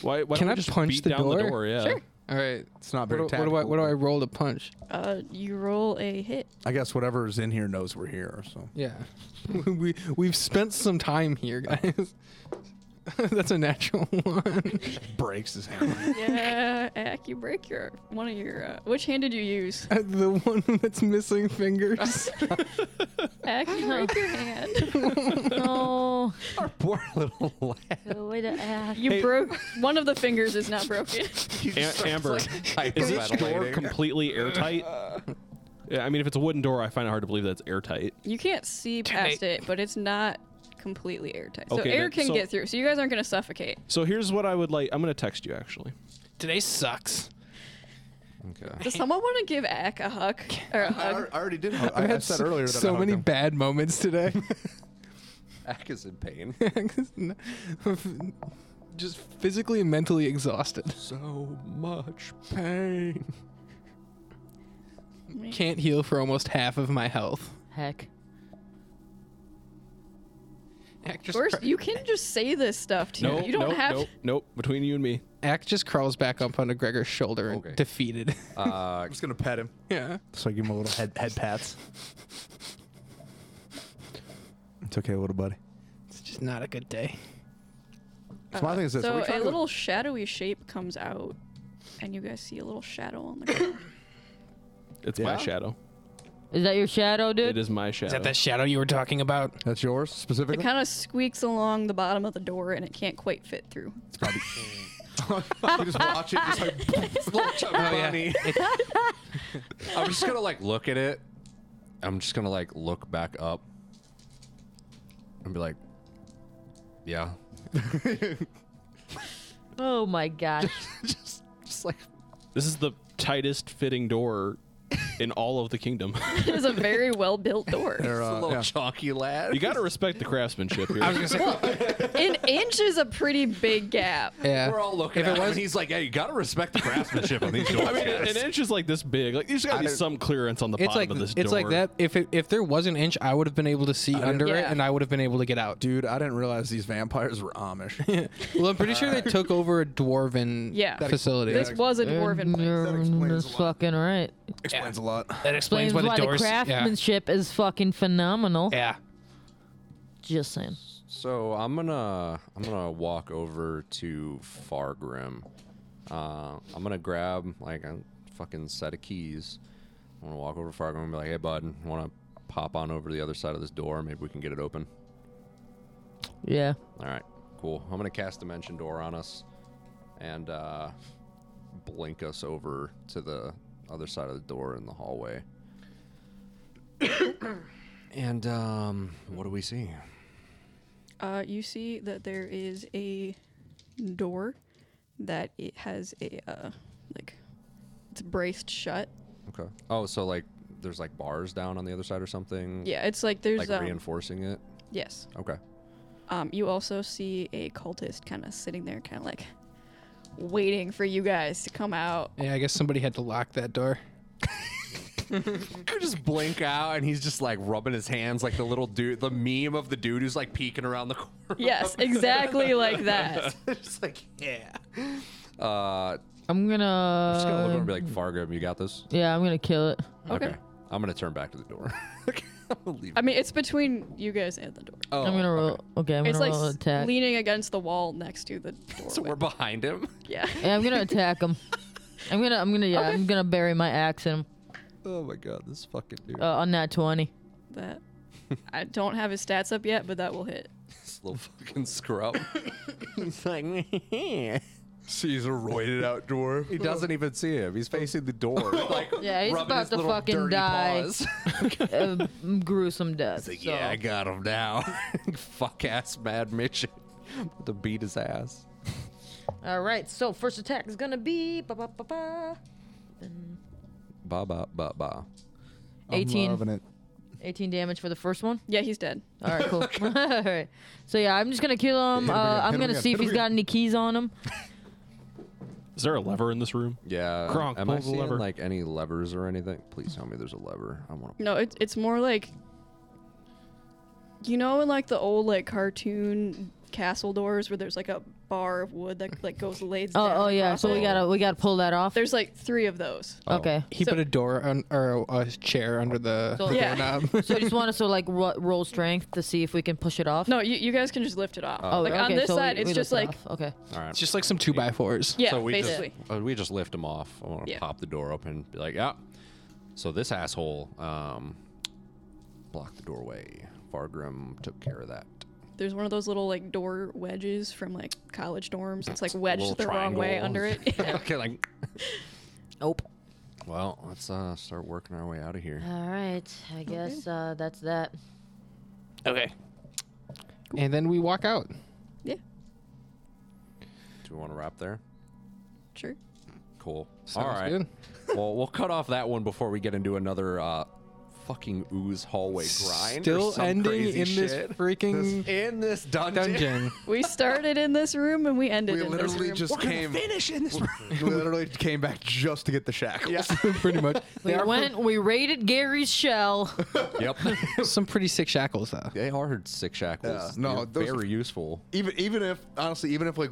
why. Why Can don't I we just punch beat the down the door? door? Yeah. Sure. All right. It's not very What do, what do I what do I roll to punch? Uh, you roll a hit. I guess whatever's in here knows we're here. So Yeah. we we've spent some time here, guys. That's a natural one. breaks his hand. Yeah, Ack, you break your one of your. Uh, which hand did you use? the one that's missing fingers. Ack, you break your hand. No. Poor little lad. Way to act. You broke one of the fingers is not broken. A- Amber, is this door completely airtight? Yeah, I mean, if it's a wooden door, I find it hard to believe that's airtight. You can't see past it, but it's not completely airtight. so Okay, air then- can so- get through. So you guys aren't gonna suffocate. So here's what I would like. I'm gonna text you actually. Today sucks. Okay. Does someone want to give Ack a hug or a I, hug? I already did. I, I I've had said so, earlier that I so hugged many him. bad moments today. Ack is in pain. 'Cause n- Just physically and mentally exhausted. so much pain. Can't heal for almost half of my health. Heck. Act just, First, you can just say this stuff to No, you. You don't nope, have. nope, nope. Between you and me, Act just crawls back up onto Gregor's shoulder and Okay. defeated. Uh, I'm just gonna pet him. yeah. So I give him a little head head pats. It's okay, little buddy. It's just not a good day. Uh, So my thing is this: are So we a trying to- little shadowy shape comes out, and you guys see a little shadow on the ground. it's Yeah. my shadow. Is that your shadow, It dude? is my shadow. Is that that shadow you were talking about? That's yours it specifically. kind of squeaks along the bottom of the door, and it can't quite fit through. you just watch it, just like funny. I'm just gonna like look at it. I'm just gonna like look back up and be like, yeah, Oh my gosh. just just like This is the tightest fitting door in all of the kingdom. it is a very well built door. They're, uh, yeah. chalky lad. you got to respect the craftsmanship here. I was gonna say, An inch is a pretty big gap. Yeah. We're all looking If at it him, was, and he's like, "Hey, you gotta respect the craftsmanship on these doors." I mean, an inch is like this big. Like, there's got to be some clearance on the it's bottom like of this it's door. like that. If it, if there was an inch, I would have been able to see Uh, under it, Yeah. and I would have been able to get out. Dude, I didn't realize these vampires were Amish. that Well, I'm pretty sure they took over a dwarven Yeah. That- facility. This was a dwarven place. explains a That's lot. fucking right. explains a lot. that explains why the doors. yeah. craftsmanship is fucking phenomenal. yeah. Just saying. So I'm gonna I'm gonna walk over to Fargrim. Uh, I'm gonna grab like a fucking set of keys. I'm gonna walk over to Fargrim and be like, "Hey, bud, want to pop on over to the other side of this door? Maybe we can get it open." Yeah. All right, cool. I'm gonna cast Dimension Door on us and uh, blink us over to the other side of the door in the hallway. and um, what do we see? Uh, you see that there is a door that it has a uh, like it's braced shut. Okay. Oh, so like there's like bars down on the other side or something. Yeah, it's like there's Like um, reinforcing it. yes. Okay. Um, you also see a cultist kind of sitting there, kind of like waiting for you guys to come out. yeah, I guess somebody had to lock that door. could just blink out, and he's just like rubbing his hands, like the little dude, the meme of the dude who's like peeking around the corner. Yes, exactly like that. just like yeah. Uh, I'm I'm just gonna look over gonna. and be like, Fargo, you got this. yeah, I'm gonna kill it. Um, Okay. I'm gonna turn back to the door. I'm gonna leave. I mean, it's between you guys and the door. Oh, I'm gonna roll. Okay, I'm it's gonna like roll s- attack. leaning against the wall next to the door. Oh, So we're behind him. yeah. yeah, I'm gonna attack him. I'm gonna. I'm gonna. Yeah, I'm gonna bury my axe in him. Oh my god, this fucking dude. Uh, on that twenty. that I don't have his stats up yet, but that will hit. this little fucking scrub. he's like, he Sees a roided out dwarf. doesn't even see him. He's facing the door. Like, Yeah, he's rubbing about his to little fucking dirty die. paws. Uh, gruesome death. He's like, so. yeah, I got him now. Fuck ass mad mission. to beat his ass. All right, so first attack is gonna be ba ba ba ba. Ba ba ba ba. 18. loving it. 18 damage for the first one. Yeah, he's dead. All right, cool. All right. So yeah, I'm just gonna kill him. Hit him Uh, again, hit I'm him gonna again, see hit if him he's got any keys on him. Is there a lever in this room? Yeah. Kronk, am pull I the seeing lever. like any levers or anything? Please tell me there's a lever. I want to. No, it's it's more like you know in like the old like cartoon castle doors where there's like a bar of wood that like goes lays Oh, down oh yeah. across So we it. gotta we gotta pull that off. There's like three of those. Oh. okay. He So- put a door on, or a, a chair under the, So- the Yeah. doorknob. So I just want us to like ro- roll strength to see if we can push it off. No, you, you guys can just lift it off. Oh, like on okay, this so we- side, we it's lift just it like off. okay. All right. It's just like some two by fours. yeah, So we just- basically. Uh, we just lift him off. I want to Yeah. pop the door open. Be like, yeah. So this asshole um, blocked the doorway. Fargrim took care of that. There's one of those little like door wedges from like college dorms. It's like wedged Little the wrong way triangle. under it. okay, like. Nope. Well, let's uh, start working our way out of here. All right. I guess uh, that's that. Okay. And then we walk out. yeah, Do we want to wrap there? sure. Cool. Sounds All right. good. well, we'll cut off that one before we get into another uh, fucking ooze hallway grind. or Still some ending crazy in this shit. freaking in this dungeon. dungeon. We started in this room and we ended We in this literally room. just came. Finish in this. We literally came back just to get the shackles. pretty much. We went. We raided Gary's shell. Yep. Some pretty sick shackles though. they are sick shackles. Yeah, no, They're those- very useful. Even even if honestly, even if like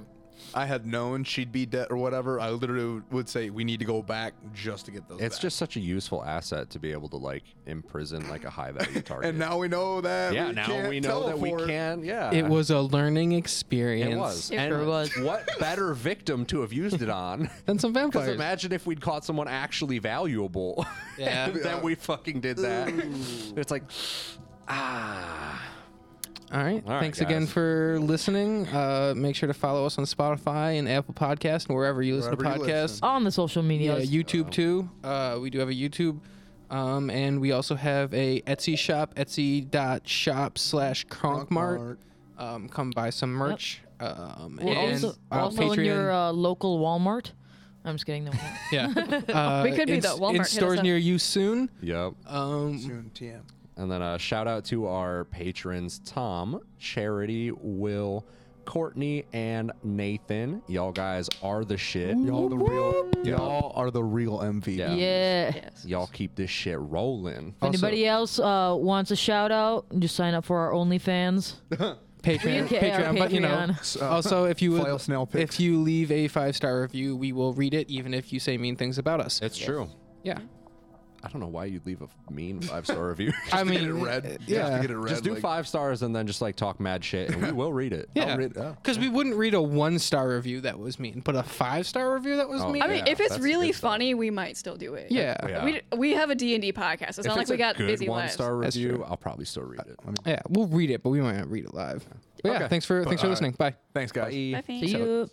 I had known she'd be dead or whatever, I literally would say we need to go back just to get those. It's back. just such a useful asset to be able to like imprison like a high value target. And now we know that. yeah, we now can't we know that we teleport. can. Yeah, It was a learning It experience. was. It and sure was. What better victim to have used it on? Then some Because vampires. imagine if we'd caught someone actually valuable. Yeah. and then we fucking did that. It's like, ah. All right. All right, Thanks again guys. for listening. Uh, make sure to follow us on Spotify and Apple Podcast and wherever you listen Wherever to you podcasts. listen. On the social Yeah, media. YouTube too. Uh, we do have a YouTube. Um, and we also have a Etsy shop, etsy.shop slash cronkmart. Cronkmart. Um, come buy some merch. Um, Well, and also uh, also in Patreon. your uh, local Walmart. I'm just kidding. No. Yeah. Uh, We could be in the s- Walmart hit in us stores up. near you soon. Yep. Um, Soon, TM. And then a shout out to our patrons Tom, Charity, Will, Courtney, and Nathan. Y'all guys are the shit. Y'all the real. Y'all are the real MVP. Yeah. yeah. If Yes. Y'all keep this shit rolling. anybody else uh, wants a shout out, just sign up for our OnlyFans. Patreon, We can- our Patreon, but you know. Patreon. So- also, if you File would, snail pics. if you leave a five star review, we will read it, even if you say mean things about us. It's true. yeah. I don't know why you'd leave a mean five star review. I mean, get it read. Yeah. Just to get it read. Just do like- five stars and then just like talk mad shit and we will read it. I'll Yeah. read- oh. Because we wouldn't read a one star review that was mean, but a five star review that was Oh, mean. I mean, Yeah, if it's that's really good stuff. funny, we might still do it. yeah. Yeah. We, we have a D&D podcast. It's not like we got good busy one lives. star That's review, true. I'll probably still read it. Yeah, we'll read it, but we might not read it live. But yeah, Okay. thanks for thanks for uh, listening. Bye. Thanks, guys. Bye. Bye, fam. See you.